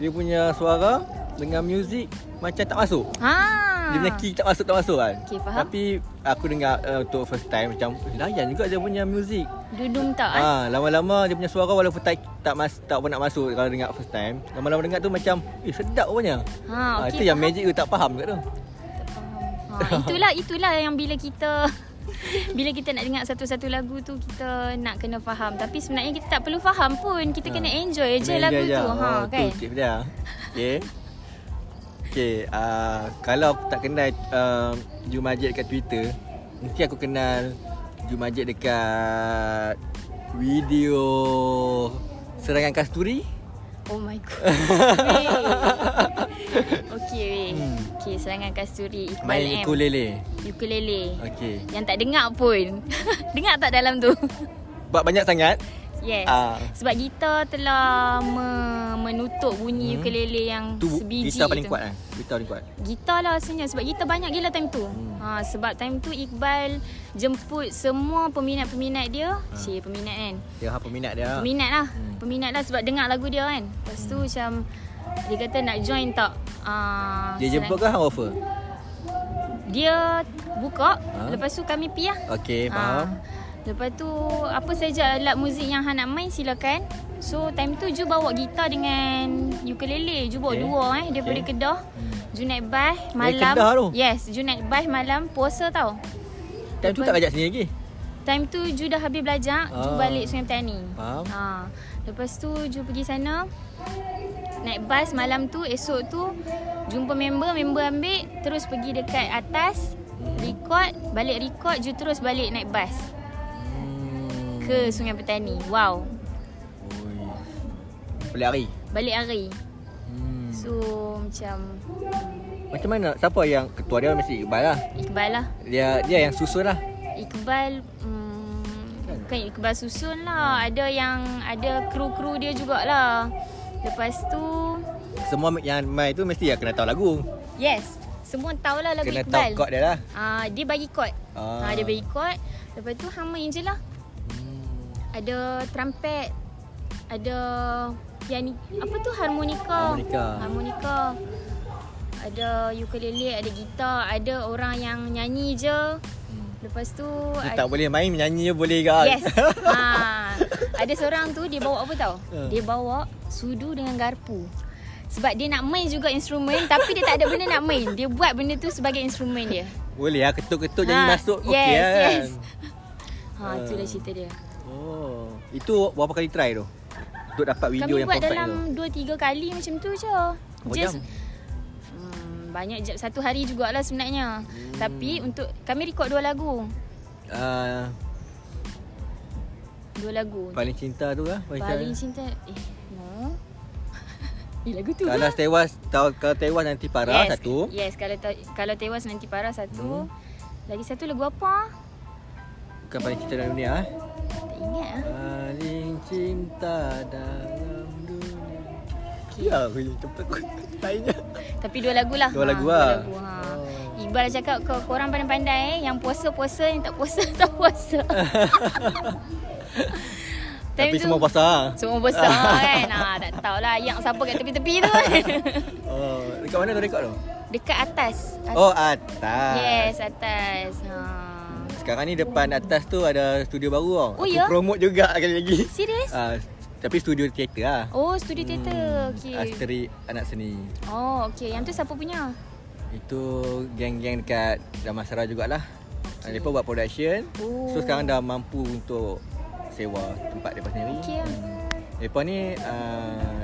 [SPEAKER 1] Dia punya suara dengan muzik macam tak masuk.
[SPEAKER 4] Ha.
[SPEAKER 1] Dia punya key tak masuk tak masuk kan.
[SPEAKER 4] Okey, faham.
[SPEAKER 1] Tapi aku dengar uh, untuk first time macam eh, layan juga dia punya muzik.
[SPEAKER 4] Dudum tak eh?
[SPEAKER 1] Ha, lama-lama dia punya suara walaupun tak tak mas, tak pernah masuk kalau dengar first time. Lama-lama dengar tu macam eh sedap punya.
[SPEAKER 4] Ha,
[SPEAKER 1] Ah,
[SPEAKER 4] okey.
[SPEAKER 1] itu yang magic tu tak faham kat tu.
[SPEAKER 4] Ha, itulah itulah yang bila kita bila kita nak dengar satu-satu lagu tu kita nak kena faham. Tapi sebenarnya kita tak perlu faham pun. Kita kena
[SPEAKER 1] Ah.
[SPEAKER 4] enjoy je
[SPEAKER 1] Kena
[SPEAKER 4] lagu
[SPEAKER 1] enjoy
[SPEAKER 4] tu. Ha,
[SPEAKER 1] oh,
[SPEAKER 4] kan?
[SPEAKER 1] Tu tip dia. Okey. Okey, uh, kalau aku tak kenal uh, Ju Majid dekat Twitter, mungkin aku kenal Ju Majid dekat video serangan kasturi.
[SPEAKER 4] Oh my god. Okey. Hmm. Okey, serangan kasturi Iqbal
[SPEAKER 1] Main
[SPEAKER 4] M.
[SPEAKER 1] ukulele.
[SPEAKER 4] Ukulele.
[SPEAKER 1] Okey.
[SPEAKER 4] Yang tak dengar pun. dengar tak dalam tu?
[SPEAKER 1] Bab banyak sangat.
[SPEAKER 4] Yes.
[SPEAKER 1] Ah.
[SPEAKER 4] Sebab gitar telah me- menutup bunyi hmm. ukulele yang
[SPEAKER 1] Tu
[SPEAKER 4] sebiji
[SPEAKER 1] gitar paling
[SPEAKER 4] tu.
[SPEAKER 1] kuat kan. Gitar paling kuat.
[SPEAKER 4] Gitar lah rasanya sebab gitar banyak gila time tu.
[SPEAKER 1] Hmm.
[SPEAKER 4] Hmm. Ha sebab time tu Iqbal jemput semua peminat-peminat dia. Ha. Cik peminat kan.
[SPEAKER 1] Dia apa minat dia.
[SPEAKER 4] Peminat lah.
[SPEAKER 1] Hmm.
[SPEAKER 4] Hmm. Peminat lah sebab dengar lagu dia kan. Lepas tu macam dia kata nak join tak? Ah
[SPEAKER 1] Dia jemput ke hang offer?
[SPEAKER 4] Dia
[SPEAKER 1] Ha?
[SPEAKER 4] buka ha? lepas tu kami pi lah.
[SPEAKER 1] Okey, faham.
[SPEAKER 4] Ha. Lepas tu apa saja alat muzik yang hang nak main silakan. So time tu Ju bawa gitar dengan ukulele. Ju bawa
[SPEAKER 1] Okey.
[SPEAKER 4] okay. dua eh daripada
[SPEAKER 1] Okey. Hmm. Eh,
[SPEAKER 4] okay. Kedah. Ju naik bas malam.
[SPEAKER 1] Kedah tu?
[SPEAKER 4] Yes, Ju naik bas malam puasa tau.
[SPEAKER 1] Time tu
[SPEAKER 4] Lepas-
[SPEAKER 1] tak ajak sini lagi.
[SPEAKER 4] Time tu Ju dah habis belajar, ah. Ju
[SPEAKER 1] Ah.
[SPEAKER 4] balik Sungai Petani.
[SPEAKER 1] Faham.
[SPEAKER 4] Ha. Lepas tu Ju pergi sana. Naik bas malam tu, esok tu jumpa member, member ambil, terus pergi dekat atas, record, balik record, Ju terus balik naik bas
[SPEAKER 1] Hmm.
[SPEAKER 4] ke Sungai Petani. Wow.
[SPEAKER 1] Oi. Boleh hari.
[SPEAKER 4] Balik hari.
[SPEAKER 1] Hmm.
[SPEAKER 4] So macam
[SPEAKER 1] Macam mana? Siapa yang ketua dia mesti Iqbal lah.
[SPEAKER 4] Iqbal lah.
[SPEAKER 1] Dia dia yang susun lah.
[SPEAKER 4] Iqbal
[SPEAKER 1] Kan?
[SPEAKER 4] hmm, Bukan Iqbal susun lah Ada yang Ada kru-kru dia jugalah Lepas tu
[SPEAKER 1] Semua yang main tu mesti ya kena tahu lagu.
[SPEAKER 4] Yes Semua tahulah lagu
[SPEAKER 1] kena tahu
[SPEAKER 4] Iqbal
[SPEAKER 1] chord dia lah.
[SPEAKER 4] Ah, Dia bagi chord
[SPEAKER 1] Ah. Hmm.
[SPEAKER 4] ah. Dia bagi chord Lepas tu hang main je lah Ada trumpet Ada Piani Apa tu harmonika
[SPEAKER 1] Harmonika.
[SPEAKER 4] Harmonika Ada ukulele Ada gitar Ada orang yang nyanyi je Lepas tu
[SPEAKER 1] Hmm. Dia
[SPEAKER 4] ada-
[SPEAKER 1] tak boleh main menyanyi je boleh ke?
[SPEAKER 4] Yes. ha. Ada seorang tu dia bawa apa tau?
[SPEAKER 1] Ha.
[SPEAKER 4] Dia bawa sudu dengan garpu. Sebab dia nak main juga instrumen tapi dia tak ada benda nak main. Dia buat benda tu sebagai instrumen dia.
[SPEAKER 1] boleh lah ketuk-ketuk jadi
[SPEAKER 4] Ha,
[SPEAKER 1] masuk.
[SPEAKER 4] yes,
[SPEAKER 1] Okey lah kan. Ah.
[SPEAKER 4] yes. Ha itulah cerita dia.
[SPEAKER 1] Oh. Itu berapa kali try tu? Untuk dapat video
[SPEAKER 4] Kami
[SPEAKER 1] yang
[SPEAKER 4] buat
[SPEAKER 1] perfect
[SPEAKER 4] dalam
[SPEAKER 1] tu.
[SPEAKER 4] 2 3 kali macam tu je.
[SPEAKER 1] Berapa jam?
[SPEAKER 4] Hmm, banyak jap satu hari jugalah sebenarnya. Hmm. Tapi untuk kami record dua lagu.
[SPEAKER 1] Uh,
[SPEAKER 4] Dua lagu.
[SPEAKER 1] paling cinta tu lah.
[SPEAKER 4] Paling cinta eh no. Eh lagu tu.
[SPEAKER 1] Kalau tewas tahu kalau tewas nanti parah
[SPEAKER 4] yes.
[SPEAKER 1] satu.
[SPEAKER 4] Yes, kalau te- kalau tewas nanti parah satu. Hmm. Lagi satu lagu apa?
[SPEAKER 1] Bukan paling cinta dalam dunia eh.
[SPEAKER 4] Tak ingat ah.
[SPEAKER 1] Paling cinta dalam dunia. Ya, aku yang cepat aku tanya.
[SPEAKER 4] Tapi dua lagu lah.
[SPEAKER 1] Dua lagu
[SPEAKER 4] dua
[SPEAKER 1] lah.
[SPEAKER 4] lagu, ha.
[SPEAKER 1] Oh.
[SPEAKER 4] Iqbal cakap kau korang pandai-pandai eh. Yang puasa-puasa, yang tak puasa tak puasa. Time
[SPEAKER 1] Tapi
[SPEAKER 4] tu-
[SPEAKER 1] semua puasa. ah.
[SPEAKER 4] Semua puasa kan. Ha, tak tahulah yang siapa kat tepi-tepi tu.
[SPEAKER 1] Oh, dekat mana tu rekod tu?
[SPEAKER 4] Dekat atas. At-
[SPEAKER 1] Oh, atas.
[SPEAKER 4] Yes, atas. Ha.
[SPEAKER 1] Sekarang ni depan atas tu ada studio baru tau.
[SPEAKER 4] Oh,
[SPEAKER 1] aku
[SPEAKER 4] ya?
[SPEAKER 1] promote juga kali lagi.
[SPEAKER 4] Serius?
[SPEAKER 1] Ah, tapi studio teater lah.
[SPEAKER 4] Oh, studio teater.
[SPEAKER 1] Hmm,
[SPEAKER 4] Okey.
[SPEAKER 1] Asteri anak seni.
[SPEAKER 4] Oh, okey. Yang tu siapa punya?
[SPEAKER 1] Itu geng-geng dekat Damansara jugalah. Okay. Mereka buat production.
[SPEAKER 4] Oh.
[SPEAKER 1] So sekarang dah mampu untuk sewa tempat mereka sendiri. Hmm.
[SPEAKER 4] Okey lah.
[SPEAKER 1] Mereka ni uh,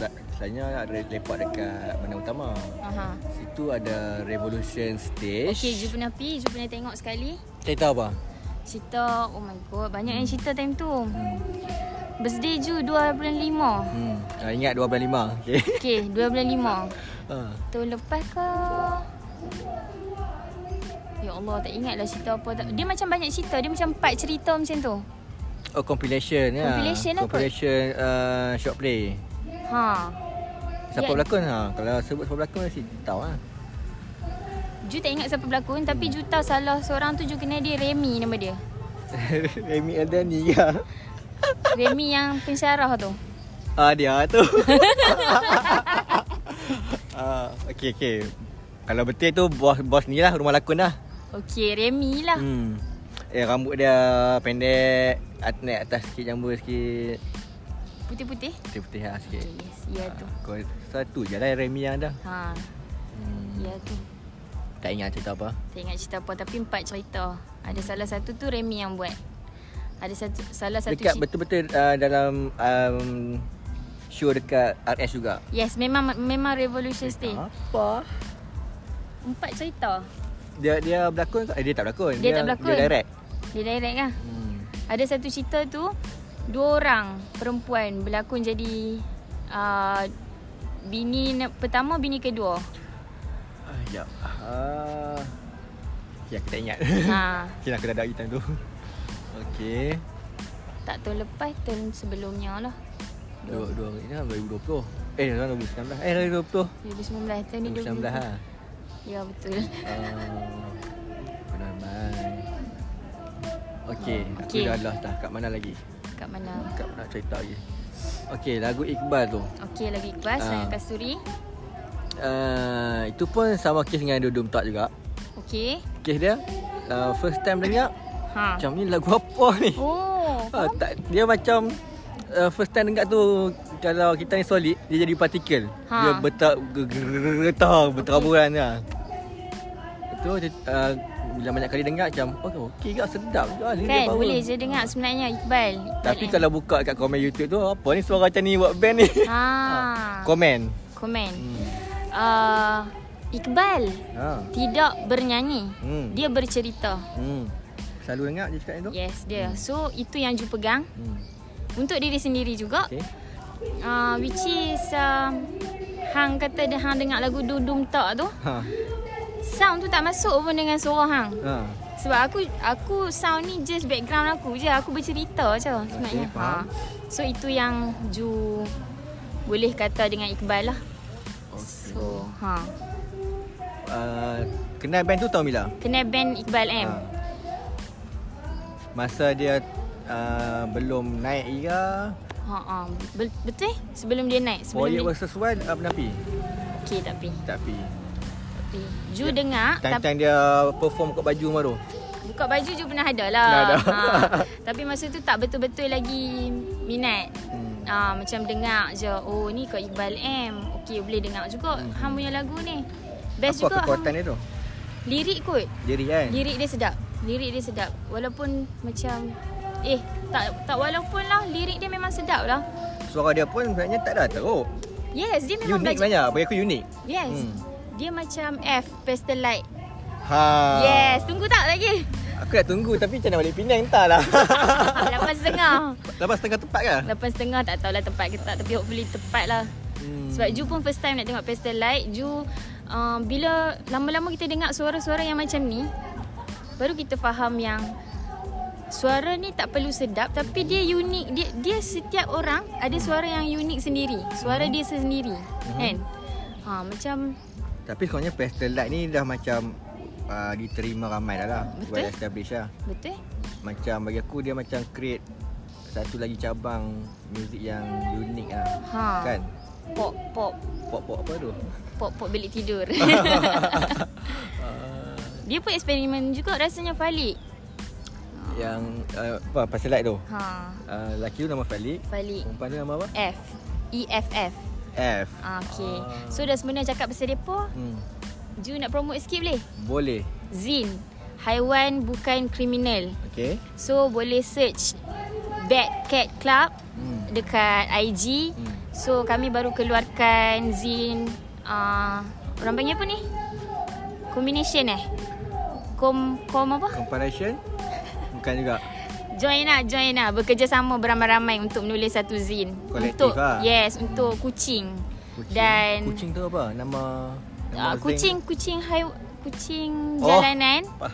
[SPEAKER 1] da- selalunya ada lepak dekat bandar utama.
[SPEAKER 4] Aha.
[SPEAKER 1] Situ ada Revolution Stage.
[SPEAKER 4] Okey, Ju pernah pergi, Ju pernah tengok sekali.
[SPEAKER 1] Cerita apa?
[SPEAKER 4] Cerita, oh my god, banyak yang cerita time tu. Birthday Ju 2 bulan 5.
[SPEAKER 1] Hmm. Uh, ingat 2 bulan 5. Okay.
[SPEAKER 4] Okey, 2 bulan 5.
[SPEAKER 1] Uh.
[SPEAKER 4] Tahun lepas ke? Ya Allah, tak ingatlah cerita apa. Tak. Dia macam banyak cerita, dia macam empat cerita macam tu.
[SPEAKER 1] Oh compilation ya.
[SPEAKER 4] Compilation lah kot.
[SPEAKER 1] Compilation uh, short play.
[SPEAKER 4] Ha.
[SPEAKER 1] Siapa
[SPEAKER 4] Ya.
[SPEAKER 1] berlakon ha? Kalau sebut siapa berlakon mesti tahu lah.
[SPEAKER 4] Ju tak ingat siapa berlakon tapi Ju tahu salah seorang tu Ju kenal dia Remy nama dia.
[SPEAKER 1] Remy Aldani ke?
[SPEAKER 4] Remy yang pensyarah tu.
[SPEAKER 1] Ah dia tu. ah okey okey. Kalau betul tu bos bos ni lah rumah lakon lah.
[SPEAKER 4] Okey, Remy lah.
[SPEAKER 1] Hmm. Eh rambut dia pendek, at naik atas sikit jambul sikit.
[SPEAKER 4] Putih-putih.
[SPEAKER 1] Putih-putih lah sikit.
[SPEAKER 4] Okay, yes. Ya tu.
[SPEAKER 1] Ah, Kau satu je lah Remy yang ada.
[SPEAKER 4] Ha,
[SPEAKER 1] Hmm.
[SPEAKER 4] ya tu.
[SPEAKER 1] Tak ingat cerita apa.
[SPEAKER 4] Tak ingat cerita apa tapi empat cerita. Ada salah satu tu Remy yang buat. Ada satu salah satu
[SPEAKER 1] dekat
[SPEAKER 4] cerita-
[SPEAKER 1] betul-betul uh, dalam um, show dekat RS juga. Ah.
[SPEAKER 4] Yes, memang memang Revolution Stage.
[SPEAKER 1] Apa?
[SPEAKER 4] Empat cerita.
[SPEAKER 1] Dia dia berlakon ke? Eh, dia tak berlakon.
[SPEAKER 4] Dia tak berlakon.
[SPEAKER 1] Dia direct.
[SPEAKER 4] Dia direct lah.
[SPEAKER 1] Hmm.
[SPEAKER 4] Ada satu cerita tu dua orang perempuan berlakon jadi uh, bini na- pertama bini kedua.
[SPEAKER 1] Ah, ya. Ah. Ya, aku tak ingat.
[SPEAKER 4] ha,
[SPEAKER 1] Okey, aku dah ada time tu. Okey.
[SPEAKER 4] tak tahun lepas tahun sebelumnya lah.
[SPEAKER 1] Dua dua ini kan 2020. Eh, tahun 2019. Eh, 2020.
[SPEAKER 4] 2019 tahun ni
[SPEAKER 1] 2019 ha.
[SPEAKER 4] Ya betul.
[SPEAKER 1] Oh. Benar mai. Ah. Okey, aku
[SPEAKER 4] Okey.
[SPEAKER 1] dah lost dah. Kat mana lagi?
[SPEAKER 4] Kat mana?
[SPEAKER 1] Kat nak cerita lagi. Okey, lagu Iqbal tu.
[SPEAKER 4] Okey lagi Iqbal,
[SPEAKER 1] Ah.
[SPEAKER 4] Serangan Kasturi.
[SPEAKER 1] Uh, itu pun sama kes dengan Dudum Tak juga.
[SPEAKER 4] Okey.
[SPEAKER 1] Kes dia uh, first time dengar
[SPEAKER 4] Ha.
[SPEAKER 1] macam ni lagu apa ni?
[SPEAKER 4] Oh.
[SPEAKER 1] Ah, tak, dia macam uh, first time dengar tu kalau kita ni solid dia jadi partikel.
[SPEAKER 4] Ha.
[SPEAKER 1] Dia bertak getar bertaburan okay. lah. Itu uh, bila banyak kali dengar macam oh, okey ke sedap juga ni
[SPEAKER 4] Kan boleh je dengar sebenarnya Iqbal. Iqbal
[SPEAKER 1] Tapi
[SPEAKER 4] kan?
[SPEAKER 1] kalau buka kat komen YouTube tu apa ni suara macam ni buat band ni?
[SPEAKER 4] ha.
[SPEAKER 1] komen.
[SPEAKER 4] komen.
[SPEAKER 1] Hmm.
[SPEAKER 4] Uh, Iqbal
[SPEAKER 1] Ha.
[SPEAKER 4] tidak bernyanyi.
[SPEAKER 1] Hmm.
[SPEAKER 4] Dia bercerita.
[SPEAKER 1] Hmm. Selalu dengar dia cakap macam tu?
[SPEAKER 4] Yes, dia. So itu yang you pegang
[SPEAKER 1] Hmm.
[SPEAKER 4] untuk diri sendiri juga.
[SPEAKER 1] Okey.
[SPEAKER 4] Uh, which is um, hang kata dah hang dengar lagu Dudum Tak tu,
[SPEAKER 1] Ha.
[SPEAKER 4] sound tu tak masuk pun dengan suara hang.
[SPEAKER 1] Ha.
[SPEAKER 4] Sebab aku aku sound ni just background aku je. Aku bercerita je
[SPEAKER 1] Okey,
[SPEAKER 4] sebenarnya. Ha.
[SPEAKER 1] faham.
[SPEAKER 4] So itu yang Ju boleh kata dengan Iqbal lah. So, ha.
[SPEAKER 1] Uh, kenal band tu tahun bila?
[SPEAKER 4] Kena band Iqbal M.
[SPEAKER 1] Ha. Masa dia uh, belum naik ke
[SPEAKER 4] Ha ha. Be- betul eh? Sebelum dia naik, sebelum
[SPEAKER 1] Boyek
[SPEAKER 4] dia.
[SPEAKER 1] versus One uh, pernah pergi?
[SPEAKER 4] Okey, tak pi.
[SPEAKER 1] Tak pergi
[SPEAKER 4] Tak pi. Ju
[SPEAKER 1] Ya.
[SPEAKER 4] dengar tapi
[SPEAKER 1] Time-time dia perform kat baju maru
[SPEAKER 4] buka baju Ju pernah ada lah.
[SPEAKER 1] Pernah ada.
[SPEAKER 4] tapi masa tu tak betul-betul lagi minat.
[SPEAKER 1] hmm.
[SPEAKER 4] Ah, macam dengar je Oh ni kat Iqbal M Okey boleh dengar juga hmm. Hang punya lagu ni Best
[SPEAKER 1] Apa
[SPEAKER 4] juga
[SPEAKER 1] kekuatan
[SPEAKER 4] hang-
[SPEAKER 1] dia tu?
[SPEAKER 4] Lirik kot
[SPEAKER 1] Diri kan?
[SPEAKER 4] Lirik dia sedap Lirik dia sedap Walaupun macam Eh tak tak walaupun lah Lirik dia memang sedap lah
[SPEAKER 1] Suara dia pun sebenarnya tak ada teruk
[SPEAKER 4] Yes dia memang
[SPEAKER 1] Unik
[SPEAKER 4] belajar
[SPEAKER 1] sebenarnya Bagi aku unik
[SPEAKER 4] Yes
[SPEAKER 1] Hmm.
[SPEAKER 4] hmm. Dia macam F Pastel light
[SPEAKER 1] ha.
[SPEAKER 4] Yes Tunggu tak lagi
[SPEAKER 1] Aku dah tunggu tapi macam nak balik Penang entahlah
[SPEAKER 4] Lapan setengah
[SPEAKER 1] Lepas setengah tepat ke?
[SPEAKER 4] Lapan setengah tak tahulah tempat ke tak Tapi hopefully tepat lah
[SPEAKER 1] Hmm.
[SPEAKER 4] Sebab Ju pun first time nak tengok pastel light Ju uh, Bila lama-lama kita dengar suara-suara yang macam ni Baru kita faham yang Suara ni tak perlu sedap Tapi dia unik Dia dia setiap orang ada suara yang unik sendiri Suara dia sendiri Kan ha, Macam
[SPEAKER 1] Tapi sebenarnya Pastel Light ni dah macam uh, diterima ramai dah lah
[SPEAKER 4] Betul.
[SPEAKER 1] Well established lah
[SPEAKER 4] Betul eh?
[SPEAKER 1] Macam bagi aku dia macam create satu lagi cabang muzik yang unik lah
[SPEAKER 4] ha.
[SPEAKER 1] Kan?
[SPEAKER 4] Pop pop
[SPEAKER 1] Pop-pop apa tu?
[SPEAKER 4] Pop pop bilik tidur Dia pun eksperimen juga rasanya Falik
[SPEAKER 1] Yang uh, apa, Pastel Light tu
[SPEAKER 4] ha.
[SPEAKER 1] uh, Lelaki tu nama Falik
[SPEAKER 4] Falik
[SPEAKER 1] Perempuan tu nama apa?
[SPEAKER 4] E F EFF
[SPEAKER 1] F Ah.
[SPEAKER 4] Ah, okay. So dah sebenarnya cakap pasal depa,
[SPEAKER 1] hmm.
[SPEAKER 4] Ju nak promote sikit boleh?
[SPEAKER 1] Boleh.
[SPEAKER 4] Zin. Haiwan bukan kriminal.
[SPEAKER 1] Okay.
[SPEAKER 4] So boleh search Bad Cat Club
[SPEAKER 1] Hmm.
[SPEAKER 4] dekat IG.
[SPEAKER 1] Hmm.
[SPEAKER 4] So kami baru keluarkan zin uh, orang panggil apa ni? Combination eh? Kom kom apa?
[SPEAKER 1] Comparison? Bukan juga.
[SPEAKER 4] Join lah, join lah. Bekerjasama beramai-ramai untuk menulis satu zin.
[SPEAKER 1] Kolektif
[SPEAKER 4] untuk,
[SPEAKER 1] lah.
[SPEAKER 4] Yes, untuk kucing.
[SPEAKER 1] Kucing.
[SPEAKER 4] Dan
[SPEAKER 1] Kucing tu apa? Nama... nama
[SPEAKER 4] uh,
[SPEAKER 1] thing?
[SPEAKER 4] kucing, kucing, hai, kucing
[SPEAKER 1] Oh.
[SPEAKER 4] jalanan.
[SPEAKER 1] Apa?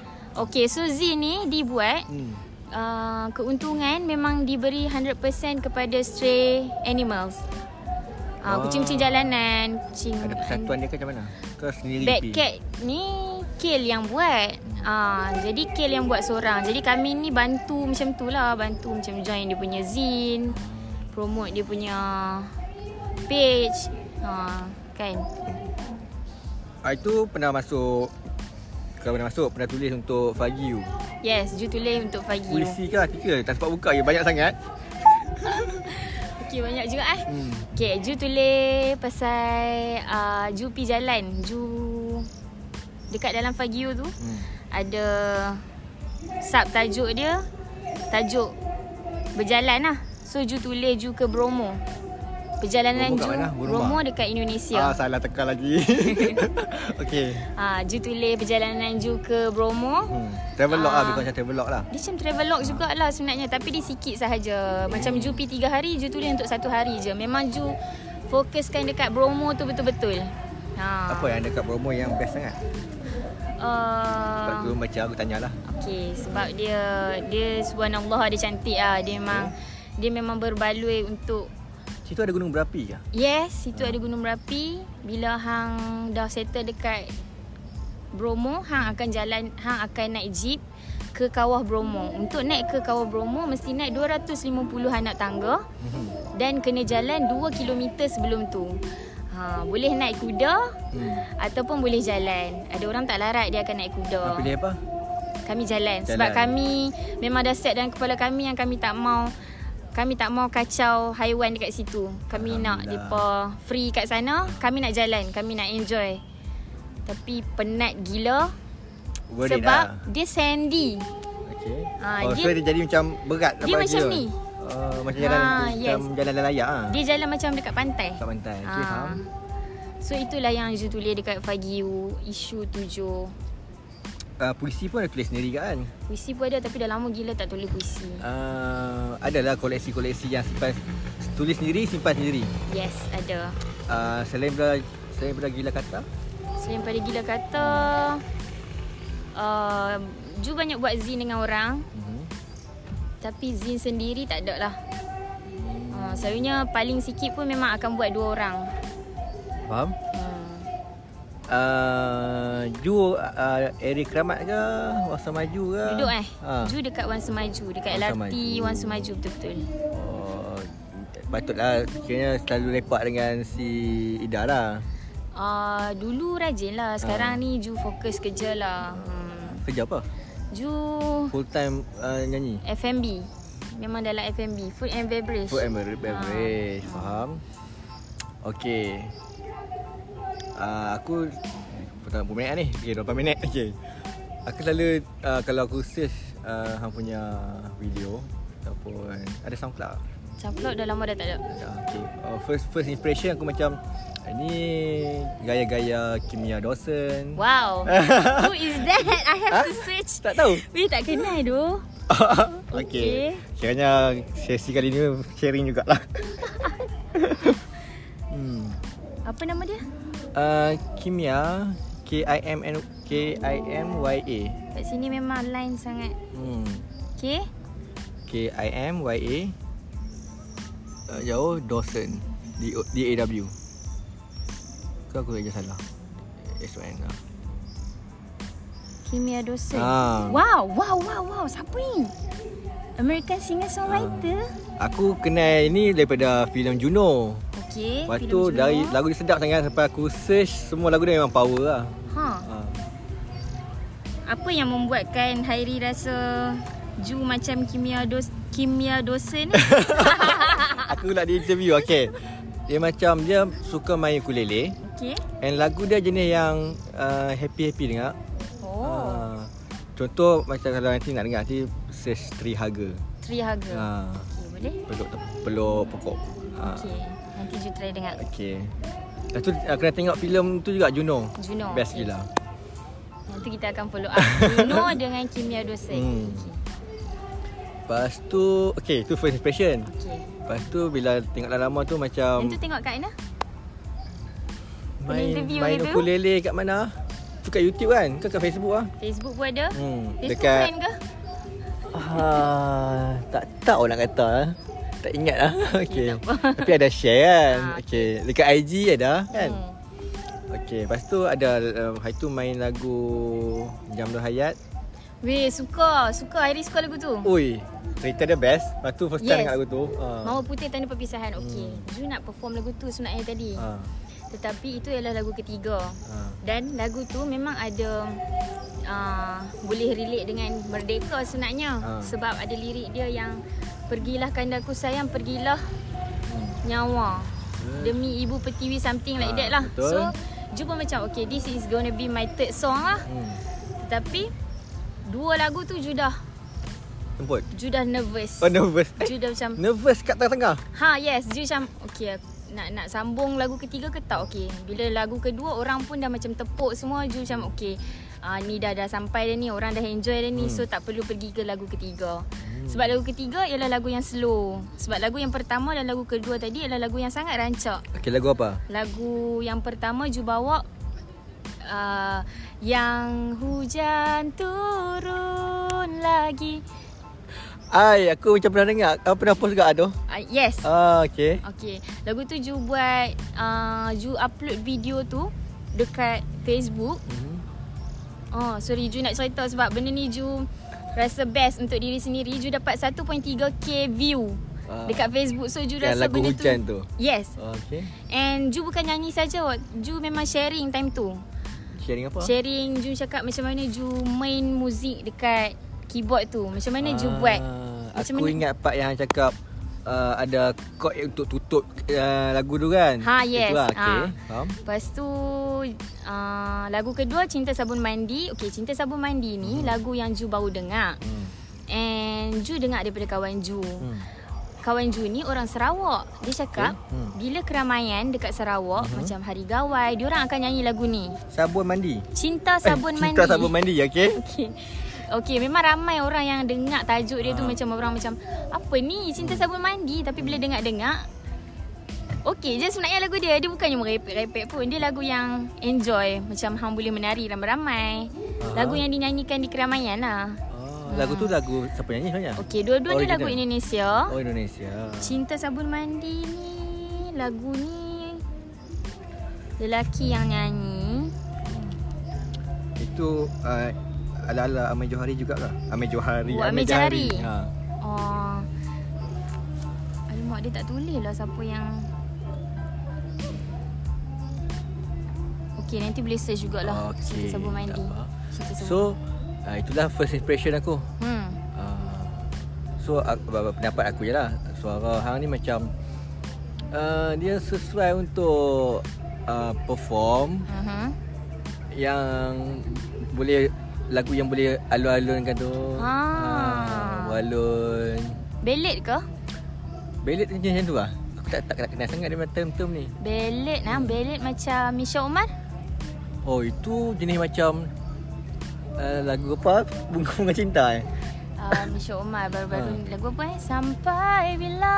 [SPEAKER 4] Okay, so zin ni dibuat.
[SPEAKER 1] Hmm.
[SPEAKER 4] Uh, keuntungan memang diberi 100% kepada stray animals.
[SPEAKER 1] Ah.
[SPEAKER 4] Uh, kucing-kucing jalanan, kucing...
[SPEAKER 1] Ada persatuan dia ke macam mana? Kau sendiri
[SPEAKER 4] Bad
[SPEAKER 1] pi.
[SPEAKER 4] Cat ni Kil yang buat Ah, Jadi Kil yang buat seorang Jadi kami ni bantu macam tu lah Bantu macam join dia punya zin Promote dia punya page ah, Kan
[SPEAKER 1] Ah, itu pernah masuk... Kau pernah masuk, pernah tulis untuk Fagi You.
[SPEAKER 4] Yes, Ju tulis untuk Fagi
[SPEAKER 1] Puisi ke artikel? Tak sempat buka je, banyak sangat.
[SPEAKER 4] Okay, banyak juga eh
[SPEAKER 1] Hmm.
[SPEAKER 4] Okay, Ju tulis pasal uh, Ju pi jalan Ju Dekat dalam Fagio tu
[SPEAKER 1] Hmm.
[SPEAKER 4] Ada Sub tajuk dia Tajuk Berjalan lah So Ju tulis Ju ke Bromo
[SPEAKER 1] Bromo
[SPEAKER 4] Perjalanan
[SPEAKER 1] kat
[SPEAKER 4] Ju
[SPEAKER 1] mana? Burma?
[SPEAKER 4] Bromo dekat
[SPEAKER 1] Ah,
[SPEAKER 4] Indonesia ah,
[SPEAKER 1] salah tekan lagi. okay.
[SPEAKER 4] Ju tulis Perjalanan Ju ke Bromo
[SPEAKER 1] Hmm. Travelog
[SPEAKER 4] Ah.
[SPEAKER 1] lah, lebih kurang macam travelog lah.
[SPEAKER 4] Dia macam travelog jugalah sebenarnya Tapi dia sikit sahaja Macam Ju pi tiga hari Ju tulis untuk satu hari je Memang Ju Fokuskan dekat Bromo tu betul-betul ha.
[SPEAKER 1] Apa yang dekat promo yang best sangat?
[SPEAKER 4] Uh,
[SPEAKER 1] Sebab tu macam aku lah. tanyalah.
[SPEAKER 4] Okay, sebab dia dia subhanallah dia cantik ah. Dia memang dia memang berbaloi untuk
[SPEAKER 1] Situ ada gunung berapi ke?
[SPEAKER 4] Yes, situ ada Gunung Merapi. Bila hang dah settle dekat Bromo, hang akan jalan hang akan naik jeep ke kawah Bromo. Untuk naik ke kawah Bromo mesti naik 250 anak tangga
[SPEAKER 1] Hmm.
[SPEAKER 4] dan kena jalan 2 km sebelum tu. Ha, boleh naik kuda
[SPEAKER 1] Hmm.
[SPEAKER 4] ataupun boleh jalan. Ada orang tak larat dia akan naik kuda.
[SPEAKER 1] Kau pilih apa?
[SPEAKER 4] Kami jalan,
[SPEAKER 1] Jalan.
[SPEAKER 4] sebab kami memang dah set dalam kepala kami yang kami tak mau kami tak mau kacau haiwan dekat situ. Kami nak depa free kat sana, kami nak jalan, kami nak enjoy. Tapi penat gila
[SPEAKER 1] Worth it
[SPEAKER 4] sebab
[SPEAKER 1] lah.
[SPEAKER 4] dia sandy.
[SPEAKER 1] Okay.
[SPEAKER 4] Ah,
[SPEAKER 1] oh,
[SPEAKER 4] dia-
[SPEAKER 1] so dia jadi macam berat
[SPEAKER 4] dia
[SPEAKER 1] dapat
[SPEAKER 4] macam ni.
[SPEAKER 1] Oh, macam jalan
[SPEAKER 4] Ah,
[SPEAKER 1] macam
[SPEAKER 4] yes.
[SPEAKER 1] jalan layak ah.
[SPEAKER 4] Dia jalan macam dekat pantai.
[SPEAKER 1] Kat pantai. Okay,
[SPEAKER 4] Ah.
[SPEAKER 1] faham.
[SPEAKER 4] So itulah yang Ju tulis dekat Fagiu isu tujuh.
[SPEAKER 1] Uh, puisi pun ada tulis sendiri ke kan?
[SPEAKER 4] Puisi pun ada tapi dah lama gila tak tulis puisi.
[SPEAKER 1] Uh, adalah koleksi-koleksi yang simpan tulis sendiri, simpan sendiri.
[SPEAKER 4] Yes, ada.
[SPEAKER 1] Uh, selain daripada selain daripada gila kata,
[SPEAKER 4] Selain pada gila kata uh, Ju banyak buat zin dengan orang
[SPEAKER 1] Mhm.
[SPEAKER 4] Tapi zin sendiri tak ada lah uh, Selalunya paling sikit pun memang akan buat dua orang
[SPEAKER 1] faham?
[SPEAKER 4] hmm.
[SPEAKER 1] Uh, Ju uh, area keramat ke Wasa Maju ke
[SPEAKER 4] Duduk eh
[SPEAKER 1] ha.
[SPEAKER 4] Ju dekat Wan Semaju Dekat
[SPEAKER 1] Wan
[SPEAKER 4] LRT
[SPEAKER 1] Semaju.
[SPEAKER 4] Wan Semaju betul-betul
[SPEAKER 1] oh, Patutlah Kiranya selalu lepak dengan si Ida lah
[SPEAKER 4] uh, Dulu rajin
[SPEAKER 1] Ah.
[SPEAKER 4] lah Sekarang ni Ju fokus kerja lah hmm.
[SPEAKER 1] Kerja apa?
[SPEAKER 4] Ju
[SPEAKER 1] Full time uh, nyanyi?
[SPEAKER 4] F&B Memang dalam F&B Food and beverage
[SPEAKER 1] Food and beverage, beverage. Faham? Okay uh, Aku Pertama berapa minit ni? Okay 8 minit Okay Aku selalu uh, Kalau aku search uh, Hang punya video Ataupun Ada SoundCloud
[SPEAKER 4] Caplok dah lama dah tak ada
[SPEAKER 1] Ya, Okay. Uh, first first impression aku macam ini gaya-gaya Kimia Dawson.
[SPEAKER 4] Wow Who is that? I have to search
[SPEAKER 1] Tak tahu.
[SPEAKER 4] Weh tak kenal doh.
[SPEAKER 1] okay. Kiranya sesi kali ni sharing jugalah. hmm.
[SPEAKER 4] Apa nama dia?
[SPEAKER 1] Uh, Kimia K I M N K I M Y A.
[SPEAKER 4] Kat sini memang line sangat.
[SPEAKER 1] Hmm.
[SPEAKER 4] Okay.
[SPEAKER 1] K I M Y A. Uh, jauh Dawson. D O- D A W. Ke aku aja salah. S O N lah.
[SPEAKER 4] Kimia Dosen.
[SPEAKER 1] Ah.
[SPEAKER 4] Wow, wow, wow, wow. Siapa ni? American singer songwriter.
[SPEAKER 1] Ah. Aku kenal ini daripada filem Juno.
[SPEAKER 4] Okay.
[SPEAKER 1] Lepas
[SPEAKER 4] Eh, filem
[SPEAKER 1] tu
[SPEAKER 4] Juno.
[SPEAKER 1] dari lagu dia sedap sangat sampai aku search semua lagu dia memang power lah.
[SPEAKER 4] Ha.
[SPEAKER 1] Ha.
[SPEAKER 4] Apa yang membuatkan Hairi rasa Ju macam Kimia Dos Kimia Dosen ni?
[SPEAKER 1] Aku nak di interview okey. Dia macam dia suka main ukulele.
[SPEAKER 4] Okay.
[SPEAKER 1] And lagu dia jenis yang uh, happy-happy dengar.
[SPEAKER 4] Oh.
[SPEAKER 1] Uh, contoh macam kalau nanti nak dengar nanti search Tri Haga.
[SPEAKER 4] Trihaga.
[SPEAKER 1] Uh,
[SPEAKER 4] Okay, boleh?
[SPEAKER 1] peluk peluk pokok. Uh,
[SPEAKER 4] Okay. Nanti you try dengar
[SPEAKER 1] okay. Lepas tu uh, kena tengok filem tu juga Juno.
[SPEAKER 4] Juno.
[SPEAKER 1] Best
[SPEAKER 4] Okay.
[SPEAKER 1] gila.
[SPEAKER 4] Nanti kita akan follow up Juno dengan Kimia Dosek
[SPEAKER 1] Hmm.
[SPEAKER 4] hmm.
[SPEAKER 1] Lepas tu Okay tu first impression
[SPEAKER 4] Okay, okay.
[SPEAKER 1] Lepas tu bila tengok lama tu
[SPEAKER 4] Um,
[SPEAKER 1] macam
[SPEAKER 4] Yang tu tengok kat Aina boleh
[SPEAKER 1] Main,
[SPEAKER 4] interview
[SPEAKER 1] main
[SPEAKER 4] gitu.
[SPEAKER 1] ukulele kat mana Tu kat YouTube kan Ke kat Facebook lah
[SPEAKER 4] Facebook pun ada hmm.
[SPEAKER 1] hmm,
[SPEAKER 4] Facebook Dekat...
[SPEAKER 1] Dekat
[SPEAKER 4] friend ke?
[SPEAKER 1] ah, Tak tahu nak kata lah. Tak ingat lah
[SPEAKER 4] Okay,
[SPEAKER 1] okay.
[SPEAKER 4] tak apa.
[SPEAKER 1] Tapi ada share kan
[SPEAKER 4] Ah,
[SPEAKER 1] okay. Dekat IG ada kan
[SPEAKER 4] Hmm.
[SPEAKER 1] Okay Lepas tu ada uh, Hari tu main lagu Jamrul Hayat
[SPEAKER 4] Weh, suka Suka, Iris suka lagu tu
[SPEAKER 1] Ui Cerita dia best Lepas tu first time
[SPEAKER 4] Hmm. Yes.
[SPEAKER 1] dengar lagu tu Ah.
[SPEAKER 4] Mawar Putih Tanda Perpisahan Okay hmm. Ju nak perform lagu tu sebenarnya tadi
[SPEAKER 1] Ah,
[SPEAKER 4] Tetapi itu ialah lagu ketiga
[SPEAKER 1] ah.
[SPEAKER 4] Dan lagu tu memang ada uh, Boleh relate dengan Merdeka sebenarnya
[SPEAKER 1] Ah.
[SPEAKER 4] Sebab ada lirik dia yang Pergilah kandaku sayang Pergilah
[SPEAKER 1] Hmm.
[SPEAKER 4] nyawa demi ibu petiwi something like
[SPEAKER 1] Ah,
[SPEAKER 4] that lah.
[SPEAKER 1] betul.
[SPEAKER 4] So jumpa macam okay this is gonna be my third song lah.
[SPEAKER 1] Hmm.
[SPEAKER 4] Tetapi dua lagu tu Judah
[SPEAKER 1] Temput
[SPEAKER 4] Judah nervous.
[SPEAKER 1] Oh nervous
[SPEAKER 4] Judah macam
[SPEAKER 1] Nervous kat tengah-tengah
[SPEAKER 4] ha yes Ju macam okay aku nak nak sambung lagu ketiga ke tak okay. Bila lagu kedua orang pun dah macam tepuk semua Ju macam okay. Uh, ni dah dah sampai dah ni orang dah enjoy dah
[SPEAKER 1] Hmm.
[SPEAKER 4] ni hmm. so tak perlu pergi ke lagu ketiga. Sebab lagu ketiga ialah lagu yang slow. Sebab lagu yang pertama dan lagu kedua tadi ialah lagu yang sangat rancak.
[SPEAKER 1] Okay lagu apa?
[SPEAKER 4] Lagu yang pertama Ju bawa uh, Yang hujan turun lagi
[SPEAKER 1] Ai, aku macam pernah dengar. Aku pernah post kat aduh.
[SPEAKER 4] uh, Yes
[SPEAKER 1] Ah, okey.
[SPEAKER 4] Okay Lagu tu Ju buat uh, Ju upload video tu Dekat Facebook
[SPEAKER 1] Mhm.
[SPEAKER 4] Oh sorry Ju nak cerita sebab benda ni Ju Rasa best untuk diri sendiri Ju dapat 1.3k view
[SPEAKER 1] Ah.
[SPEAKER 4] Dekat Facebook So Ju
[SPEAKER 1] Yang
[SPEAKER 4] rasa
[SPEAKER 1] lagu
[SPEAKER 4] benda
[SPEAKER 1] hujan tu.
[SPEAKER 4] tu Yes
[SPEAKER 1] Ah, Okey.
[SPEAKER 4] And Ju bukan nyanyi saja Ju memang sharing time tu
[SPEAKER 1] Sharing apa?
[SPEAKER 4] Sharing Ju cakap macam mana Ju main muzik dekat keyboard tu Macam mana Ju buat Macam
[SPEAKER 1] Ah, Aku
[SPEAKER 4] mana?
[SPEAKER 1] ingat part yang cakap uh, ada chord yang untuk tutup uh, lagu tu kan?
[SPEAKER 4] Ha, yes.
[SPEAKER 1] Itulah, okey.
[SPEAKER 4] Ah.
[SPEAKER 1] Faham?
[SPEAKER 4] Lepas tu uh, Lagu kedua Cinta Sabun Mandi Okay Cinta Sabun Mandi ni hmm. Lagu yang Ju baru dengar
[SPEAKER 1] Hmm.
[SPEAKER 4] And Ju dengar daripada kawan Ju
[SPEAKER 1] Hmm.
[SPEAKER 4] Kawan Ju ni orang Sarawak Dia cakap
[SPEAKER 1] Okay. Hmm.
[SPEAKER 4] Bila keramaian dekat Sarawak Macam Hari Gawai Diorang akan nyanyi lagu ni
[SPEAKER 1] Sabun mandi.
[SPEAKER 4] Cinta Sabun
[SPEAKER 1] eh,
[SPEAKER 4] Mandi
[SPEAKER 1] Cinta sabun mandi, okey?
[SPEAKER 4] Okey. Okey, memang ramai orang yang dengar tajuk dia tu
[SPEAKER 1] Ah.
[SPEAKER 4] macam orang macam apa ni cinta sabun mandi tapi bila dengar-dengar Okey je sebenarnya lagu dia Dia bukannya merepek-repek pun Dia lagu yang enjoy Macam hang boleh menari ramai-ramai
[SPEAKER 1] Aha.
[SPEAKER 4] Lagu yang dinyanyikan di keramaian lah
[SPEAKER 1] Ah, lagu tu lagu siapa nyanyi sebenarnya?
[SPEAKER 4] Okey dua-dua ni
[SPEAKER 1] Original.
[SPEAKER 4] lagu Indonesia
[SPEAKER 1] Oh, Indonesia.
[SPEAKER 4] Cinta sabun mandi ni Lagu ni Lelaki yang nyanyi
[SPEAKER 1] Itu uh, ala-ala Amir Johari juga lah. Amir Johari.
[SPEAKER 4] Oh, Amir Johari.
[SPEAKER 1] Ha.
[SPEAKER 4] Oh. Alamak dia tak tulis lah siapa yang Okey nanti boleh search jugalah
[SPEAKER 1] Ah, Okey,
[SPEAKER 4] Cerita sabun
[SPEAKER 1] tak
[SPEAKER 4] mandi
[SPEAKER 1] apa.
[SPEAKER 4] Cerita sabun so,
[SPEAKER 1] So, uh, itulah first impression aku.
[SPEAKER 4] hmm.
[SPEAKER 1] Ah, So aku, pendapat aku je lah Suara Hang ni macam uh, Dia sesuai untuk uh, perform
[SPEAKER 4] uh-huh.
[SPEAKER 1] Yang boleh Lagu yang boleh alun-alunkan tu
[SPEAKER 4] Ah.
[SPEAKER 1] Ah, Walun
[SPEAKER 4] Belit ke?
[SPEAKER 1] Belit tu macam tu lah Aku tak, tak, tak kenal sangat dengan term-term ni
[SPEAKER 4] Belit lah Belit macam Misha Omar
[SPEAKER 1] Oh itu jenis macam uh, Lagu apa? Bunga-bunga cinta eh
[SPEAKER 4] uh, Misha Omar baru-baru
[SPEAKER 1] Ha.
[SPEAKER 4] ni lagu apa eh? Sampai bila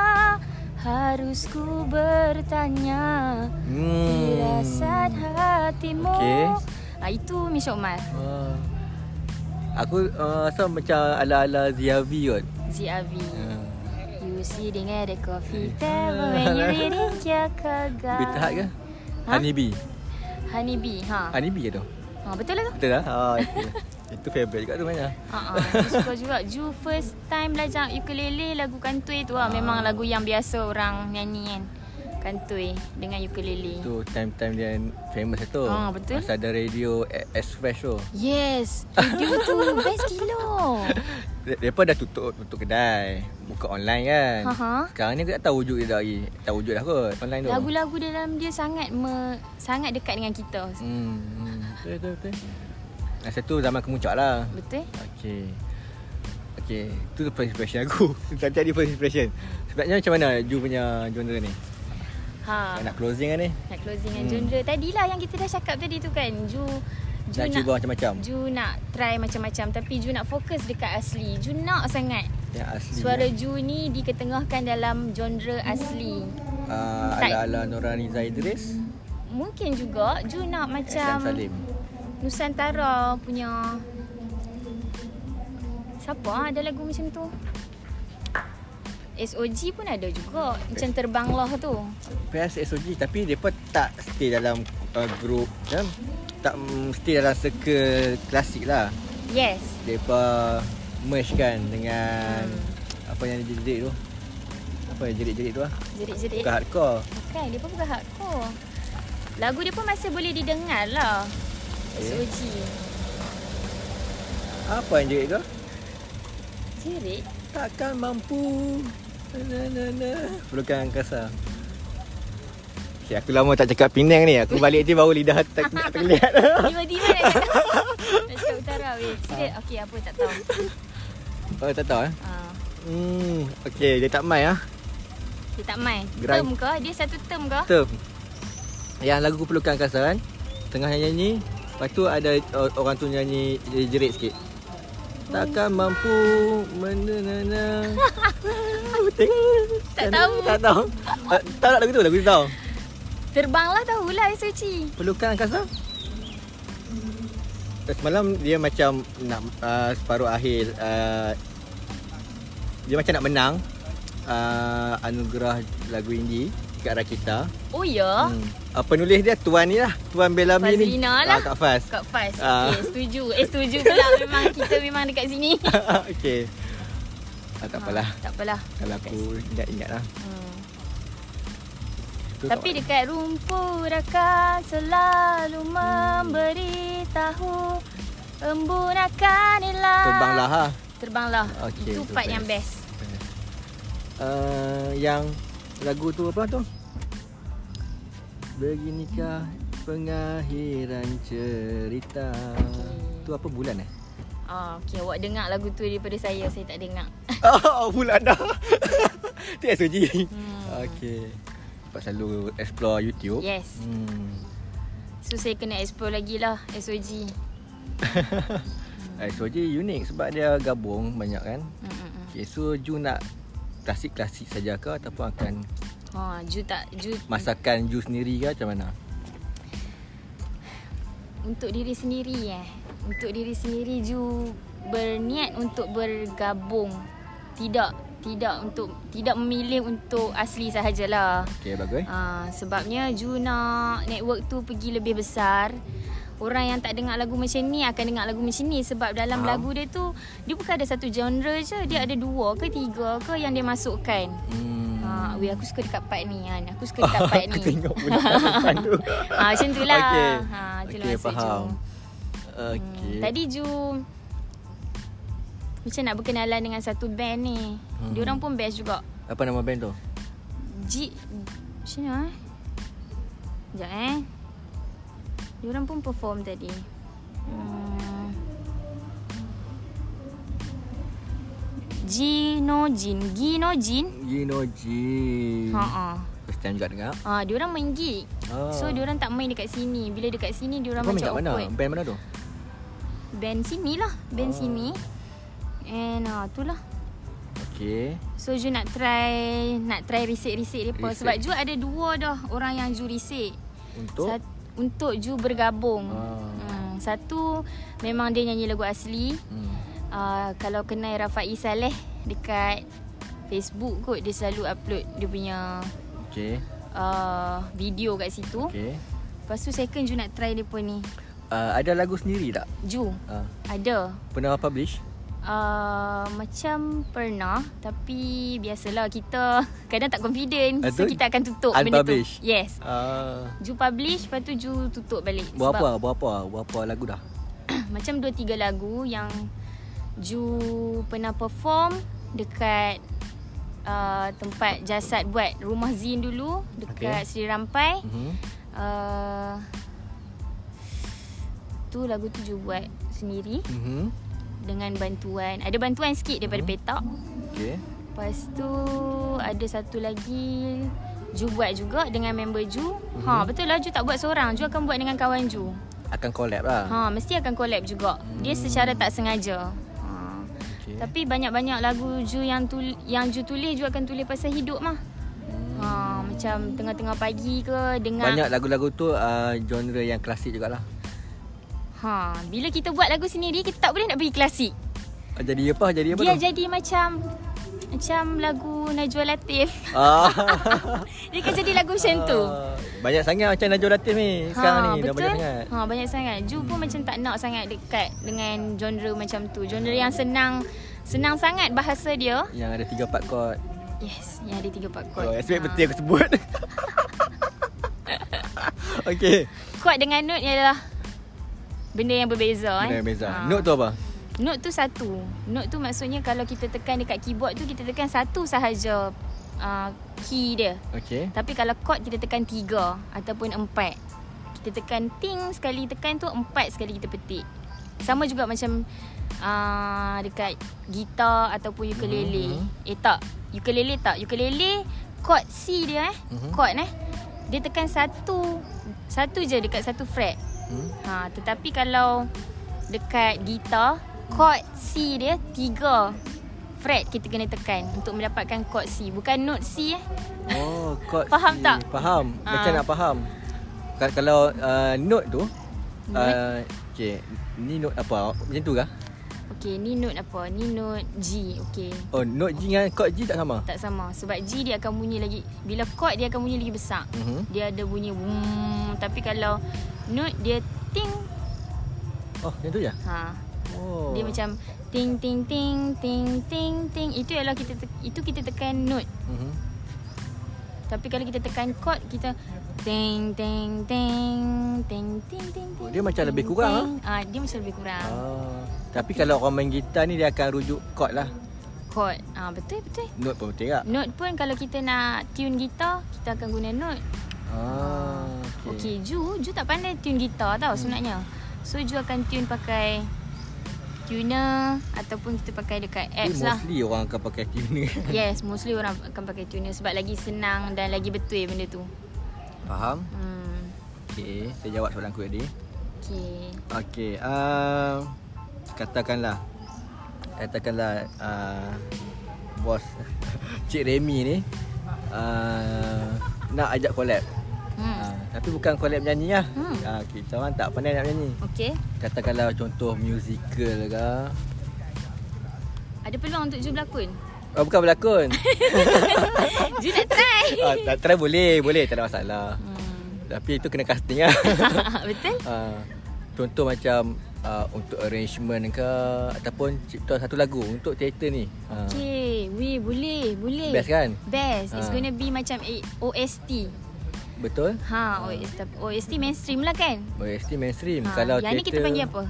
[SPEAKER 4] harus ku bertanya
[SPEAKER 1] Hmm
[SPEAKER 4] Firasat hatimu
[SPEAKER 1] Okey.
[SPEAKER 4] Ah, Itu Misha Omar
[SPEAKER 1] Ah. Aku uh, rasa macam ala-ala Ziavi kot.
[SPEAKER 4] ZRV
[SPEAKER 1] Uh,
[SPEAKER 4] You sitting at the coffee table when you reading Kiyakaga.
[SPEAKER 1] Eh. Bitter Heart ke?
[SPEAKER 4] Ha?
[SPEAKER 1] Honeybee.
[SPEAKER 4] Honeybee, ha.
[SPEAKER 1] Honeybee ke tu?
[SPEAKER 4] ha betul lah tu.
[SPEAKER 1] Betul lah. Ah, itu. itu favorite juga tu mana.
[SPEAKER 4] Ha ah, aku suka juga. Ju first time belajar ukulele lagu kantoi tu
[SPEAKER 1] Ah.
[SPEAKER 4] lah. Memang lagu yang biasa orang nyanyi kan. Kantoi dengan ukulele.
[SPEAKER 1] Tu time-time dia famous lah tu.
[SPEAKER 4] Ah, betul.
[SPEAKER 1] Masa ada radio S- S-Fresh tu.
[SPEAKER 4] Yes, video tu best gila.
[SPEAKER 1] Mereka dah tutup tutup kedai Buka online kan
[SPEAKER 4] Aha.
[SPEAKER 1] Sekarang ni aku tak tahu wujud dia dah lagi Tak tahu wujud dah kot online tu
[SPEAKER 4] Lagu-lagu dalam dia sangat me, sangat dekat dengan kita.
[SPEAKER 1] Hmm hmm. Betul betul betul Masa tu zaman kemuncak lah
[SPEAKER 4] Betul eh?
[SPEAKER 1] Okay Okay Tu the first impression aku Tak jadi first impression Sebenarnya macam mana Ju punya genre ni
[SPEAKER 4] Ha.
[SPEAKER 1] Nak closing kan ni
[SPEAKER 4] Nak closing dengan
[SPEAKER 1] Hmm.
[SPEAKER 4] genre Tadilah yang kita dah cakap tadi tu kan Ju Ju
[SPEAKER 1] Nak cuba macam-macam
[SPEAKER 4] Ju nak try macam-macam Tapi Ju nak fokus dekat asli Ju nak sangat
[SPEAKER 1] Yang asli eh.
[SPEAKER 4] Suara Ju ni diketengahkan dalam genre asli
[SPEAKER 1] uh,
[SPEAKER 4] Tak.
[SPEAKER 1] Ala-ala Norani Zaidris
[SPEAKER 4] Mungkin juga Ju nak
[SPEAKER 1] Macam
[SPEAKER 4] macam
[SPEAKER 1] Salim
[SPEAKER 4] Nusantara punya Siapa ah ada lagu macam tu SOG pun ada juga Macam Terbang Lah tu
[SPEAKER 1] PS SOG tapi mereka tak stay dalam uh, group kan? Tak um, stay dalam circle klasik lah
[SPEAKER 4] Yes
[SPEAKER 1] Mereka merge kan dengan hmm. Apa yang jerit-jerit tu Apa yang jerit-jerit tu lah
[SPEAKER 4] Eh. Jerit-jerit
[SPEAKER 1] Bukan hardcore
[SPEAKER 4] Bukan, dia pun bukan hardcore. Lagu dia pun masih boleh didengar lah.
[SPEAKER 1] Eh.
[SPEAKER 4] SOG.
[SPEAKER 1] Apa yang jerit tu
[SPEAKER 4] Jerit?
[SPEAKER 1] Takkan mampu na, na, na. Pelukan angkasa Okay, aku lama tak cakap Penang ni. Aku balik je baru lidah tak tak terlihat.
[SPEAKER 4] Tiba-tiba nak cakap. Nak cakap utara weh. Serius? Okey, apa tak tahu.
[SPEAKER 1] Oh, tak tahu eh.
[SPEAKER 4] Ah,
[SPEAKER 1] Hmm, okey, dia tak main ah.
[SPEAKER 4] dia tak main.
[SPEAKER 1] Gerai-
[SPEAKER 4] Term ke? Dia satu term ke?
[SPEAKER 1] term Yang lagu Pelukan Angkasa kan Tengah nyanyi Lepas tu ada uh, orang tu nyanyi eh, jerit sikit Takkan mampu menenana
[SPEAKER 4] Tak tahu.
[SPEAKER 1] Tak tahu uh, Tahu tak lagu tu? Lagu tu tahu
[SPEAKER 4] Terbang lah tahulah SOG.
[SPEAKER 1] Pelukan Angkasa Eh, Semalam dia macam nak uh, separuh akhir uh, Dia macam nak menang uh, Anugerah lagu indie Dekat Rakita
[SPEAKER 4] Oh ya?
[SPEAKER 1] Hmm. Uh, penulis dia tuan ni lah Tuan Bellamy ni
[SPEAKER 4] Fazlina lah.
[SPEAKER 1] Ah, Kak Faz
[SPEAKER 4] Kak Faz.
[SPEAKER 1] Ah.
[SPEAKER 4] Okey, setuju. Eh, setuju pula. Memang kita memang dekat sini.
[SPEAKER 1] Okay ah, Tak apalah
[SPEAKER 4] Ah, tak apalah.
[SPEAKER 1] Kalau aku ingat-ingat lah
[SPEAKER 4] Hmm.
[SPEAKER 1] Tu
[SPEAKER 4] Tapi
[SPEAKER 1] tak-
[SPEAKER 4] dekat rumput akan selalu
[SPEAKER 1] Hmm.
[SPEAKER 4] memberitahu Embun akan hilang
[SPEAKER 1] Terbanglah ha
[SPEAKER 4] Terbanglah
[SPEAKER 1] Okey,
[SPEAKER 4] Itu
[SPEAKER 1] tu
[SPEAKER 4] part
[SPEAKER 1] best.
[SPEAKER 4] yang best
[SPEAKER 1] uh, Yang lagu tu apa tu? Beginikah pengakhiran cerita Tu apa bulan eh?
[SPEAKER 4] Ah, okay, awak dengar lagu tu daripada saya Saya tak dengar
[SPEAKER 1] Oh, bulan dah Tu SOG Okay Sebab selalu explore YouTube
[SPEAKER 4] Hmm. Yes.
[SPEAKER 1] hmm.
[SPEAKER 4] So saya kena explore lagi lah SOG
[SPEAKER 1] Eh, SOG unik sebab dia gabung banyak kan.
[SPEAKER 4] Mm, mm, mm.
[SPEAKER 1] Okay, so Ju nak klasik-klasik saja ke ataupun akan
[SPEAKER 4] Ha, Ju tak Ju
[SPEAKER 1] masakan Ju sendiri ke macam mana?
[SPEAKER 4] Untuk diri sendiri eh Untuk diri sendiri Ju berniat untuk bergabung Tidak Tidak untuk Tidak memilih untuk asli sahajalah
[SPEAKER 1] Okay, bagus.
[SPEAKER 4] Ah, sebabnya Juna network tu pergi lebih besar. Orang yang tak dengar lagu macam ni akan dengar lagu macam ni sebab dalam
[SPEAKER 1] Faham.
[SPEAKER 4] lagu dia tu dia bukan ada satu genre je, dia ada dua ke tiga ke yang dia masukkan.
[SPEAKER 1] Hmm.
[SPEAKER 4] Ha, weh aku suka dekat part ni kan. Aku suka dekat part
[SPEAKER 1] Aku
[SPEAKER 4] ni.
[SPEAKER 1] tengok bulan depan tu.
[SPEAKER 4] Ha, macam tu lah.
[SPEAKER 1] Okay.
[SPEAKER 4] Ha, tu
[SPEAKER 1] okay,
[SPEAKER 4] lah maksud
[SPEAKER 1] faham.
[SPEAKER 4] Ju.
[SPEAKER 1] Okay.
[SPEAKER 4] Hmm, tadi Ju macam nak berkenalan dengan satu band ni.
[SPEAKER 1] Hmm.
[SPEAKER 4] Hmm. Dia orang pun best juga.
[SPEAKER 1] Apa nama band tu?
[SPEAKER 4] G Macam mana eh Sekejap eh Diorang pun perform tadi hmm. Gino Jin Gino Jin
[SPEAKER 1] Ginoji.
[SPEAKER 4] Ha ah.
[SPEAKER 1] First time juga dengar.
[SPEAKER 4] Ah, diorang main gig.
[SPEAKER 1] Ah.
[SPEAKER 4] So diorang tak main dekat sini. Bila dekat sini diorang
[SPEAKER 1] Kau main kat
[SPEAKER 4] macam
[SPEAKER 1] mana?
[SPEAKER 4] awkward.
[SPEAKER 1] Band mana tu?
[SPEAKER 4] Band sini lah, band
[SPEAKER 1] Ah.
[SPEAKER 4] sini. And ah tu lah.
[SPEAKER 1] Okay.
[SPEAKER 4] So Ju nak try nak try risik-risik depa
[SPEAKER 1] Risik.
[SPEAKER 4] sebab Ju ada dua dah orang yang Ju risik.
[SPEAKER 1] Untuk?
[SPEAKER 4] Sat, untuk Ju bergabung.
[SPEAKER 1] Ah.
[SPEAKER 4] Hmm, satu memang dia nyanyi lagu asli.
[SPEAKER 1] Hmm.
[SPEAKER 4] Uh, kalau kenal Rafai Saleh dekat Facebook kot dia selalu upload dia punya
[SPEAKER 1] Okay.
[SPEAKER 4] uh, video kat situ. Okay.
[SPEAKER 1] Okay.
[SPEAKER 4] Lepas tu second Ju nak try depa ni.
[SPEAKER 1] Uh, ada lagu sendiri tak?
[SPEAKER 4] Ju
[SPEAKER 1] Uh,
[SPEAKER 4] ada
[SPEAKER 1] pernah publish?
[SPEAKER 4] Uh, macam pernah Tapi biasalah kita kadang tak confident So
[SPEAKER 1] Betul?
[SPEAKER 4] kita akan tutup benda tu
[SPEAKER 1] Unpublished?
[SPEAKER 4] Yes
[SPEAKER 1] Uh,
[SPEAKER 4] Ju publish Lepas tu Ju tutup balik
[SPEAKER 1] Buat apa? Buat apa? Buat apa lagu dah?
[SPEAKER 4] macam dua tiga lagu yang Ju pernah perform dekat uh, tempat jasad buat rumah Zin dulu
[SPEAKER 1] Okay.
[SPEAKER 4] dekat okay. Seri Rampai.
[SPEAKER 1] Mhm.
[SPEAKER 4] Uh, tu lagu tu Ju buat sendiri
[SPEAKER 1] Mhm.
[SPEAKER 4] dengan bantuan. Ada bantuan sikit daripada
[SPEAKER 1] Mhm.
[SPEAKER 4] petak.
[SPEAKER 1] Okey.
[SPEAKER 4] Lepas tu ada satu lagi Ju buat juga dengan member Ju.
[SPEAKER 1] Hmm.
[SPEAKER 4] Ha betul lah Ju tak buat seorang. Ju akan buat dengan kawan Ju.
[SPEAKER 1] Akan collab lah.
[SPEAKER 4] Ha mesti akan collab juga. Dia secara tak sengaja. Ha.
[SPEAKER 1] Hmm. Okey.
[SPEAKER 4] Tapi banyak-banyak lagu Ju yang tul yang Ju tulis Ju akan tulis pasal hidup mah. Ha macam tengah-tengah pagi ke dengar
[SPEAKER 1] Hmm. Banyak lagu-lagu tu uh, genre yang klasik jugalah.
[SPEAKER 4] Ha bila kita buat lagu sendiri kita tak boleh nak bagi klasik.
[SPEAKER 1] Ah, Jadi apa? Jadi apa
[SPEAKER 4] Dia
[SPEAKER 1] tu?
[SPEAKER 4] jadi macam macam lagu Najwa Latif.
[SPEAKER 1] Ah.
[SPEAKER 4] Dia akan jadi lagu macam tu.
[SPEAKER 1] Ah, Banyak sangat macam Najwa Latif ni sekarang ni. Dah banyak sangat.
[SPEAKER 4] Ha, banyak sangat. Ju pun macam tak nak sangat dekat dengan genre macam tu. Genre yang senang senang sangat bahasa dia.
[SPEAKER 1] Yang ada tiga part chord.
[SPEAKER 4] Yes, yang ada tiga part
[SPEAKER 1] Oh,
[SPEAKER 4] chord.
[SPEAKER 1] expect
[SPEAKER 4] Ha.
[SPEAKER 1] betul aku sebut. Okey.
[SPEAKER 4] Chord dengan note ialah benda yang berbeza eh.
[SPEAKER 1] Benda yang beza.
[SPEAKER 4] Ha.
[SPEAKER 1] Note tu apa?
[SPEAKER 4] Note tu satu. Note tu maksudnya kalau kita tekan dekat keyboard tu kita tekan satu sahaja uh, key dia.
[SPEAKER 1] Okey.
[SPEAKER 4] Tapi kalau chord kita tekan tiga ataupun empat. Kita tekan ting sekali tekan tu empat sekali kita petik. Sama juga macam uh, dekat gitar ataupun ukulele.
[SPEAKER 1] Mhm.
[SPEAKER 4] Eh tak, ukulele tak. Ukulele chord C dia eh.
[SPEAKER 1] Mhm.
[SPEAKER 4] Chord eh. Dia tekan satu satu je dekat satu fret.
[SPEAKER 1] Hmm.
[SPEAKER 4] Ha, tetapi kalau dekat gitar, chord C dia tiga fret kita kena tekan untuk mendapatkan chord C. Bukan note C eh.
[SPEAKER 1] Oh, chord
[SPEAKER 4] Faham
[SPEAKER 1] C.
[SPEAKER 4] tak?
[SPEAKER 1] Faham.
[SPEAKER 4] Ah.
[SPEAKER 1] Macam nak faham. Kalau, kalau uh, note tu uh, okey, ni note apa? Macam tu kah?
[SPEAKER 4] Okey, ni note apa? Ni note G. Okey.
[SPEAKER 1] Oh, note G dengan chord G tak sama.
[SPEAKER 4] Tak sama sebab G dia akan bunyi lagi bila chord dia akan bunyi lagi besar.
[SPEAKER 1] Mhm.
[SPEAKER 4] Dia ada bunyi wum tapi kalau note dia ting.
[SPEAKER 1] Oh, macam tu je.
[SPEAKER 4] Ha.
[SPEAKER 1] Oh.
[SPEAKER 4] Dia macam ting ting ting ting ting ting. Itu ialah kita te- itu kita tekan note.
[SPEAKER 1] Mhm.
[SPEAKER 4] Tapi kalau kita tekan chord kita ting ting ting ting ting ting.
[SPEAKER 1] Oh, dia macam
[SPEAKER 4] ting,
[SPEAKER 1] lebih kurang,
[SPEAKER 4] ting. Ah, dia macam lebih kurang.
[SPEAKER 1] Ah. Tapi kalau orang main gitar ni dia akan rujuk chord lah.
[SPEAKER 4] Chord. Ah, betul betul.
[SPEAKER 1] Note pun betul tak?
[SPEAKER 4] Note pun kalau kita nak tune gitar, kita akan guna note.
[SPEAKER 1] Ah, okey. Hmm.
[SPEAKER 4] Okay, Ju, Ju tak pandai tune gitar tau sebenarnya. So Ju akan tune pakai tuner ataupun kita pakai dekat
[SPEAKER 1] Tapi
[SPEAKER 4] apps lah.
[SPEAKER 1] mostly orang akan pakai tuner.
[SPEAKER 4] Yes, mostly orang akan pakai tuner sebab lagi senang dan lagi betul benda tu.
[SPEAKER 1] Faham?
[SPEAKER 4] Hmm.
[SPEAKER 1] Okey, saya jawab soalan aku tadi.
[SPEAKER 4] Okay.
[SPEAKER 1] Okey, uh, katakanlah katakanlah uh, bos Cik Remy ni uh, nak ajak collab.
[SPEAKER 4] Hmm.
[SPEAKER 1] Uh, tapi bukan collab nyanyi lah.
[SPEAKER 4] Hmm.
[SPEAKER 1] Uh, kita orang tak pandai nak nyanyi.
[SPEAKER 4] Okay.
[SPEAKER 1] Katakanlah contoh musical ke.
[SPEAKER 4] Ada peluang untuk Ju berlakon?
[SPEAKER 1] Oh, bukan berlakon.
[SPEAKER 4] Ju nak try.
[SPEAKER 1] ah, tak try boleh, boleh tak ada masalah.
[SPEAKER 4] Hmm.
[SPEAKER 1] Tapi itu kena casting lah.
[SPEAKER 4] betul?
[SPEAKER 1] uh, contoh macam uh, untuk arrangement ke ataupun cipta satu lagu untuk teater ni. Uh,
[SPEAKER 4] Okay, weh boleh, boleh.
[SPEAKER 1] Best kan?
[SPEAKER 4] Best. It's
[SPEAKER 1] Ah.
[SPEAKER 4] gonna be macam eh, OST.
[SPEAKER 1] Betul?
[SPEAKER 4] Ha, OST, OST mainstream lah kan?
[SPEAKER 1] OST mainstream.
[SPEAKER 4] Ha,
[SPEAKER 1] kalau
[SPEAKER 4] yang
[SPEAKER 1] teater,
[SPEAKER 4] ni kita panggil apa?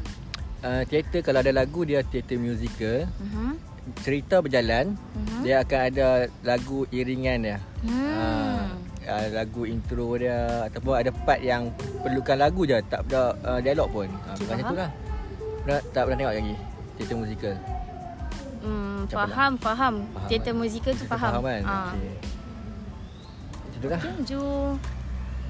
[SPEAKER 1] Uh, teater kalau ada lagu dia teater musical.
[SPEAKER 4] Uh-huh.
[SPEAKER 1] Cerita berjalan,
[SPEAKER 4] Mhm.
[SPEAKER 1] dia akan ada lagu iringan dia.
[SPEAKER 4] Hmm.
[SPEAKER 1] Uh, uh, lagu intro dia ataupun ada part yang perlukan lagu je tak ada uh, dialog pun. Uh,
[SPEAKER 4] Okay,
[SPEAKER 1] bukan macam tu
[SPEAKER 4] faham.
[SPEAKER 1] lah. Pernah, tak pernah tengok lagi teater musical.
[SPEAKER 4] Hmm,
[SPEAKER 1] Macam
[SPEAKER 4] faham, faham,
[SPEAKER 1] Faham
[SPEAKER 4] Teater
[SPEAKER 1] kan?
[SPEAKER 4] musikal tu
[SPEAKER 1] Kita
[SPEAKER 4] faham.
[SPEAKER 1] Faham kan?
[SPEAKER 4] Ha.
[SPEAKER 1] Okey. Macam tu lah.
[SPEAKER 4] Okay, Ju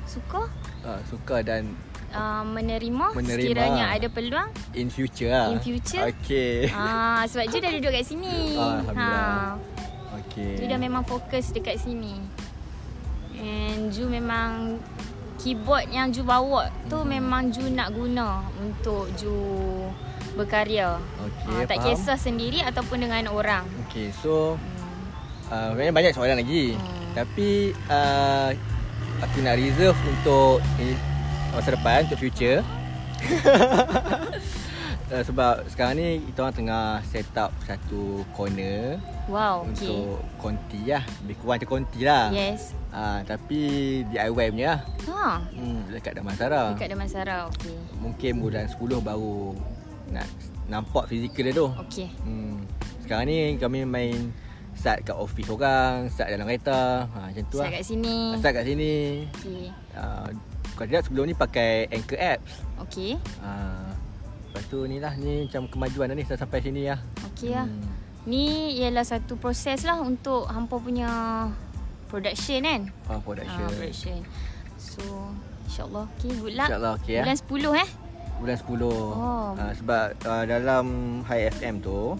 [SPEAKER 4] suka
[SPEAKER 1] Ah, suka dan
[SPEAKER 4] uh, menerima,
[SPEAKER 1] Menerima.
[SPEAKER 4] sekiranya ada peluang.
[SPEAKER 1] in future lah.
[SPEAKER 4] In future.
[SPEAKER 1] Okay.
[SPEAKER 4] Ah, sebab Ju dah duduk kat sini.
[SPEAKER 1] Alhamdulillah.
[SPEAKER 4] Ha.
[SPEAKER 1] Okay.
[SPEAKER 4] Ju dah memang fokus dekat sini. And Ju memang keyboard yang Ju bawa tu
[SPEAKER 1] Hmm.
[SPEAKER 4] memang Ju nak guna untuk Ju berkarya.
[SPEAKER 1] Okey,
[SPEAKER 4] Ah, tak
[SPEAKER 1] faham.
[SPEAKER 4] kisah sendiri ataupun dengan orang.
[SPEAKER 1] Okay, so
[SPEAKER 4] Hmm.
[SPEAKER 1] uh, banyak soalan lagi.
[SPEAKER 4] Hmm.
[SPEAKER 1] Tapi uh, aku nak reserve untuk eh, masa depan, untuk future. uh, sebab sekarang ni kita orang tengah set up satu corner
[SPEAKER 4] Wow, okay.
[SPEAKER 1] untuk konti lah. Lebih kurang macam konti lah.
[SPEAKER 4] Yes.
[SPEAKER 1] Ah, tapi DIY punya lah.
[SPEAKER 4] Ha,
[SPEAKER 1] Hmm, dekat Damansara.
[SPEAKER 4] dekat Damansara. Okey.
[SPEAKER 1] Mungkin bulan 10 baru nak Nampak fizikal dia tu
[SPEAKER 4] Okey.
[SPEAKER 1] hmm. Sekarang ni kami main Start kat office orang Start dalam kereta ha, Macam tu
[SPEAKER 4] Start kat sini.
[SPEAKER 1] Start kat sini
[SPEAKER 4] Okey.
[SPEAKER 1] uh, Kalau tidak sebelum ni pakai Anchor apps
[SPEAKER 4] Okey.
[SPEAKER 1] uh, Lepas tu ni lah ni macam kemajuan dah ni Dah sampai sini lah
[SPEAKER 4] Okey lah. Ni ialah satu proses lah untuk hampa punya production kan.
[SPEAKER 1] Oh,
[SPEAKER 4] Ah,
[SPEAKER 1] production.
[SPEAKER 4] production. So, insyaAllah. Okay, good luck.
[SPEAKER 1] InsyaAllah, okey, eh.
[SPEAKER 4] Bulan 10 eh.
[SPEAKER 1] Bulan 10
[SPEAKER 4] Oh.
[SPEAKER 1] uh, Sebab uh, dalam High FM tu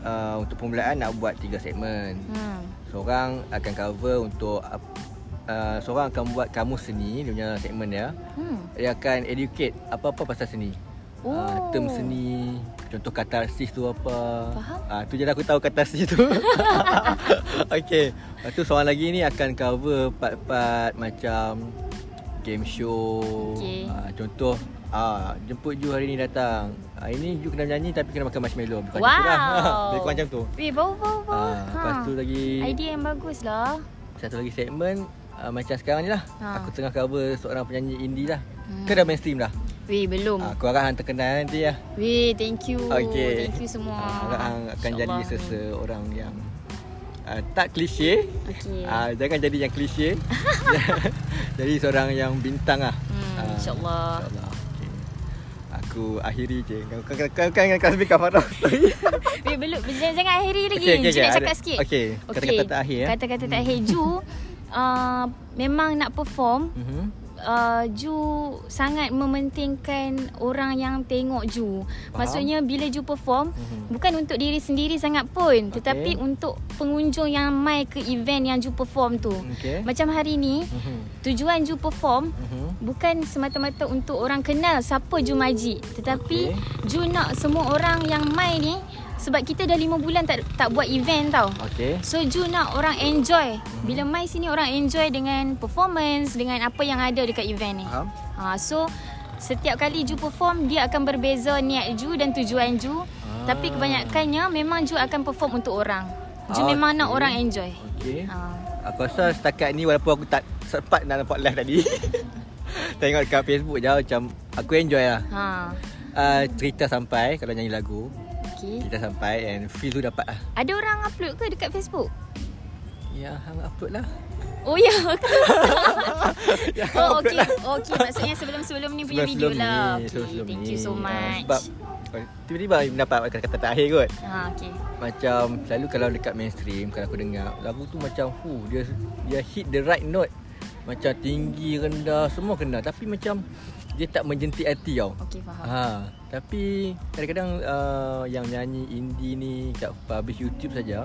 [SPEAKER 1] uh, Untuk permulaan nak buat 3 segmen
[SPEAKER 4] Hmm.
[SPEAKER 1] Seorang akan cover untuk uh, uh, Seorang akan buat kamus seni Dia punya segmen dia
[SPEAKER 4] Hmm.
[SPEAKER 1] Dia akan educate apa-apa pasal seni Ah,
[SPEAKER 4] Oh.
[SPEAKER 1] term seni Contoh katarsis tu apa
[SPEAKER 4] Faham.
[SPEAKER 1] Ah, Tu je lah aku tahu katarsis tu Okay Lepas tu seorang lagi ni akan cover part-part macam Game show
[SPEAKER 4] Okey.
[SPEAKER 1] Ah, Contoh ah, Jemput Ju hari ni datang Hari ni Ju kena nyanyi tapi kena makan marshmallow Bukan macam tu lah
[SPEAKER 4] Wow.
[SPEAKER 1] Lebih kurang macam tu
[SPEAKER 4] Weh, bau bau bau. Ha.
[SPEAKER 1] Ah, Lepas tu lagi
[SPEAKER 4] Idea yang bagus lah.
[SPEAKER 1] Satu lagi segmen ah, Macam sekarang ni lah
[SPEAKER 4] Ha.
[SPEAKER 1] Aku tengah cover seorang penyanyi indie lah
[SPEAKER 4] Hmm.
[SPEAKER 1] Ke dah mainstream dah
[SPEAKER 4] Weh, belum.
[SPEAKER 1] ah, Korang hang terkenal nanti lah
[SPEAKER 4] Weh, thank you.
[SPEAKER 1] Okey.
[SPEAKER 4] Oh, Thank you semua.
[SPEAKER 1] Ah, Hang akan jadi
[SPEAKER 4] InsyaAllah.
[SPEAKER 1] seseorang yang uh, tak klise.
[SPEAKER 4] Okey.
[SPEAKER 1] Ah, jangan jadi yang klise. jadi seorang yang bintang lah.
[SPEAKER 4] Hmm,
[SPEAKER 1] Ah,
[SPEAKER 4] insyaAllah.
[SPEAKER 1] InsyaAllah. Okey. Aku akhiri je. Kau kau kau kau kan kau speak kafara.
[SPEAKER 4] Weh, belum. Jangan, jangan akhiri lagi.
[SPEAKER 1] Okey, okey,
[SPEAKER 4] Ju nak
[SPEAKER 1] okey.
[SPEAKER 4] cakap
[SPEAKER 1] Ada-
[SPEAKER 4] sikit.
[SPEAKER 1] okey. Kata-kata terakhir, eh. Hmm.
[SPEAKER 4] Kata-kata terakhir. Ju, uh, memang nak perform.
[SPEAKER 1] Mhm.
[SPEAKER 4] uh, Ju sangat mementingkan orang yang tengok Ju.
[SPEAKER 1] Faham.
[SPEAKER 4] Maksudnya bila Ju perform
[SPEAKER 1] Mhm.
[SPEAKER 4] bukan untuk diri sendiri sangat pun tetapi
[SPEAKER 1] Okey.
[SPEAKER 4] untuk pengunjung yang mai ke event yang Ju perform tu.
[SPEAKER 1] Okey.
[SPEAKER 4] Macam hari ni
[SPEAKER 1] Mhm.
[SPEAKER 4] tujuan Ju perform
[SPEAKER 1] Mhm.
[SPEAKER 4] bukan semata-mata untuk orang kenal siapa Ju Majid tetapi
[SPEAKER 1] Okey.
[SPEAKER 4] Ju nak semua orang yang mai ni sebab kita dah lima bulan tak tak buat event tau.
[SPEAKER 1] Okey.
[SPEAKER 4] So Ju nak orang enjoy Bila mai sini orang enjoy dengan performance Dengan apa yang ada dekat event ni
[SPEAKER 1] Faham?
[SPEAKER 4] ha, So setiap kali Ju perform Dia akan berbeza niat Ju dan tujuan Ju
[SPEAKER 1] Ah.
[SPEAKER 4] Tapi kebanyakannya memang Ju akan perform untuk orang Ju
[SPEAKER 1] Ah,
[SPEAKER 4] memang nak
[SPEAKER 1] okey.
[SPEAKER 4] orang enjoy
[SPEAKER 1] Okey.
[SPEAKER 4] ha.
[SPEAKER 1] Aku rasa setakat ni walaupun aku tak sempat nak nampak live tadi. Tengok dekat Facebook je macam aku enjoy lah.
[SPEAKER 4] Ha.
[SPEAKER 1] Uh, cerita sampai kalau nyanyi lagu
[SPEAKER 4] Okay.
[SPEAKER 1] Cerita sampai and feel tu dapat lah
[SPEAKER 4] Ada orang upload ke dekat Facebook?
[SPEAKER 1] Ya hang upload lah
[SPEAKER 4] Oh ya ke?
[SPEAKER 1] Ya, hang
[SPEAKER 4] Oh
[SPEAKER 1] upload
[SPEAKER 4] okey.
[SPEAKER 1] lah.
[SPEAKER 4] Okey maksudnya sebelum-sebelum ni punya video
[SPEAKER 1] Sebelum-sebelum
[SPEAKER 4] lah.
[SPEAKER 1] ni,
[SPEAKER 4] Okey.
[SPEAKER 1] sebelum-sebelum
[SPEAKER 4] Thank
[SPEAKER 1] ni.
[SPEAKER 4] you so
[SPEAKER 1] Ah,
[SPEAKER 4] much.
[SPEAKER 1] Sebab oh, tiba-tiba mendapat kata-kata terakhir kot
[SPEAKER 4] ha okey.
[SPEAKER 1] Macam selalu kalau dekat mainstream Kalau aku dengar lagu tu macam hu, dia, dia hit the right note Macam tinggi, rendah semua kena Tapi macam dia tak menjentik hati tau
[SPEAKER 4] Okey faham.
[SPEAKER 1] Ha, tapi kadang-kadang uh, yang nyanyi indie ni kat publish YouTube saja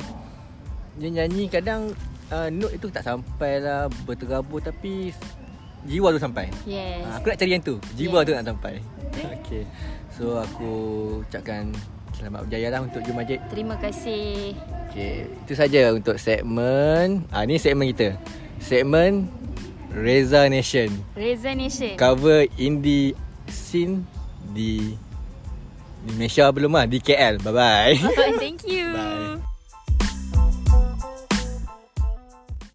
[SPEAKER 1] dia nyanyi kadang uh, note itu tak sampai lah berterabur tapi jiwa tu sampai.
[SPEAKER 4] Yes.
[SPEAKER 1] Ha, aku nak cari yang tu. Jiwa
[SPEAKER 4] Yes.
[SPEAKER 1] tu nak sampai. Okey. So aku ucapkan selamat berjaya lah untuk Jom Majid.
[SPEAKER 4] Terima kasih.
[SPEAKER 1] Okey, itu saja untuk segmen. Ah ha, ni segmen kita. Segmen Reza Nation.
[SPEAKER 4] Reza Nation.
[SPEAKER 1] cover indie scene di di Malaysia belum lah di KL bye bye
[SPEAKER 4] Thank you.
[SPEAKER 1] Bye.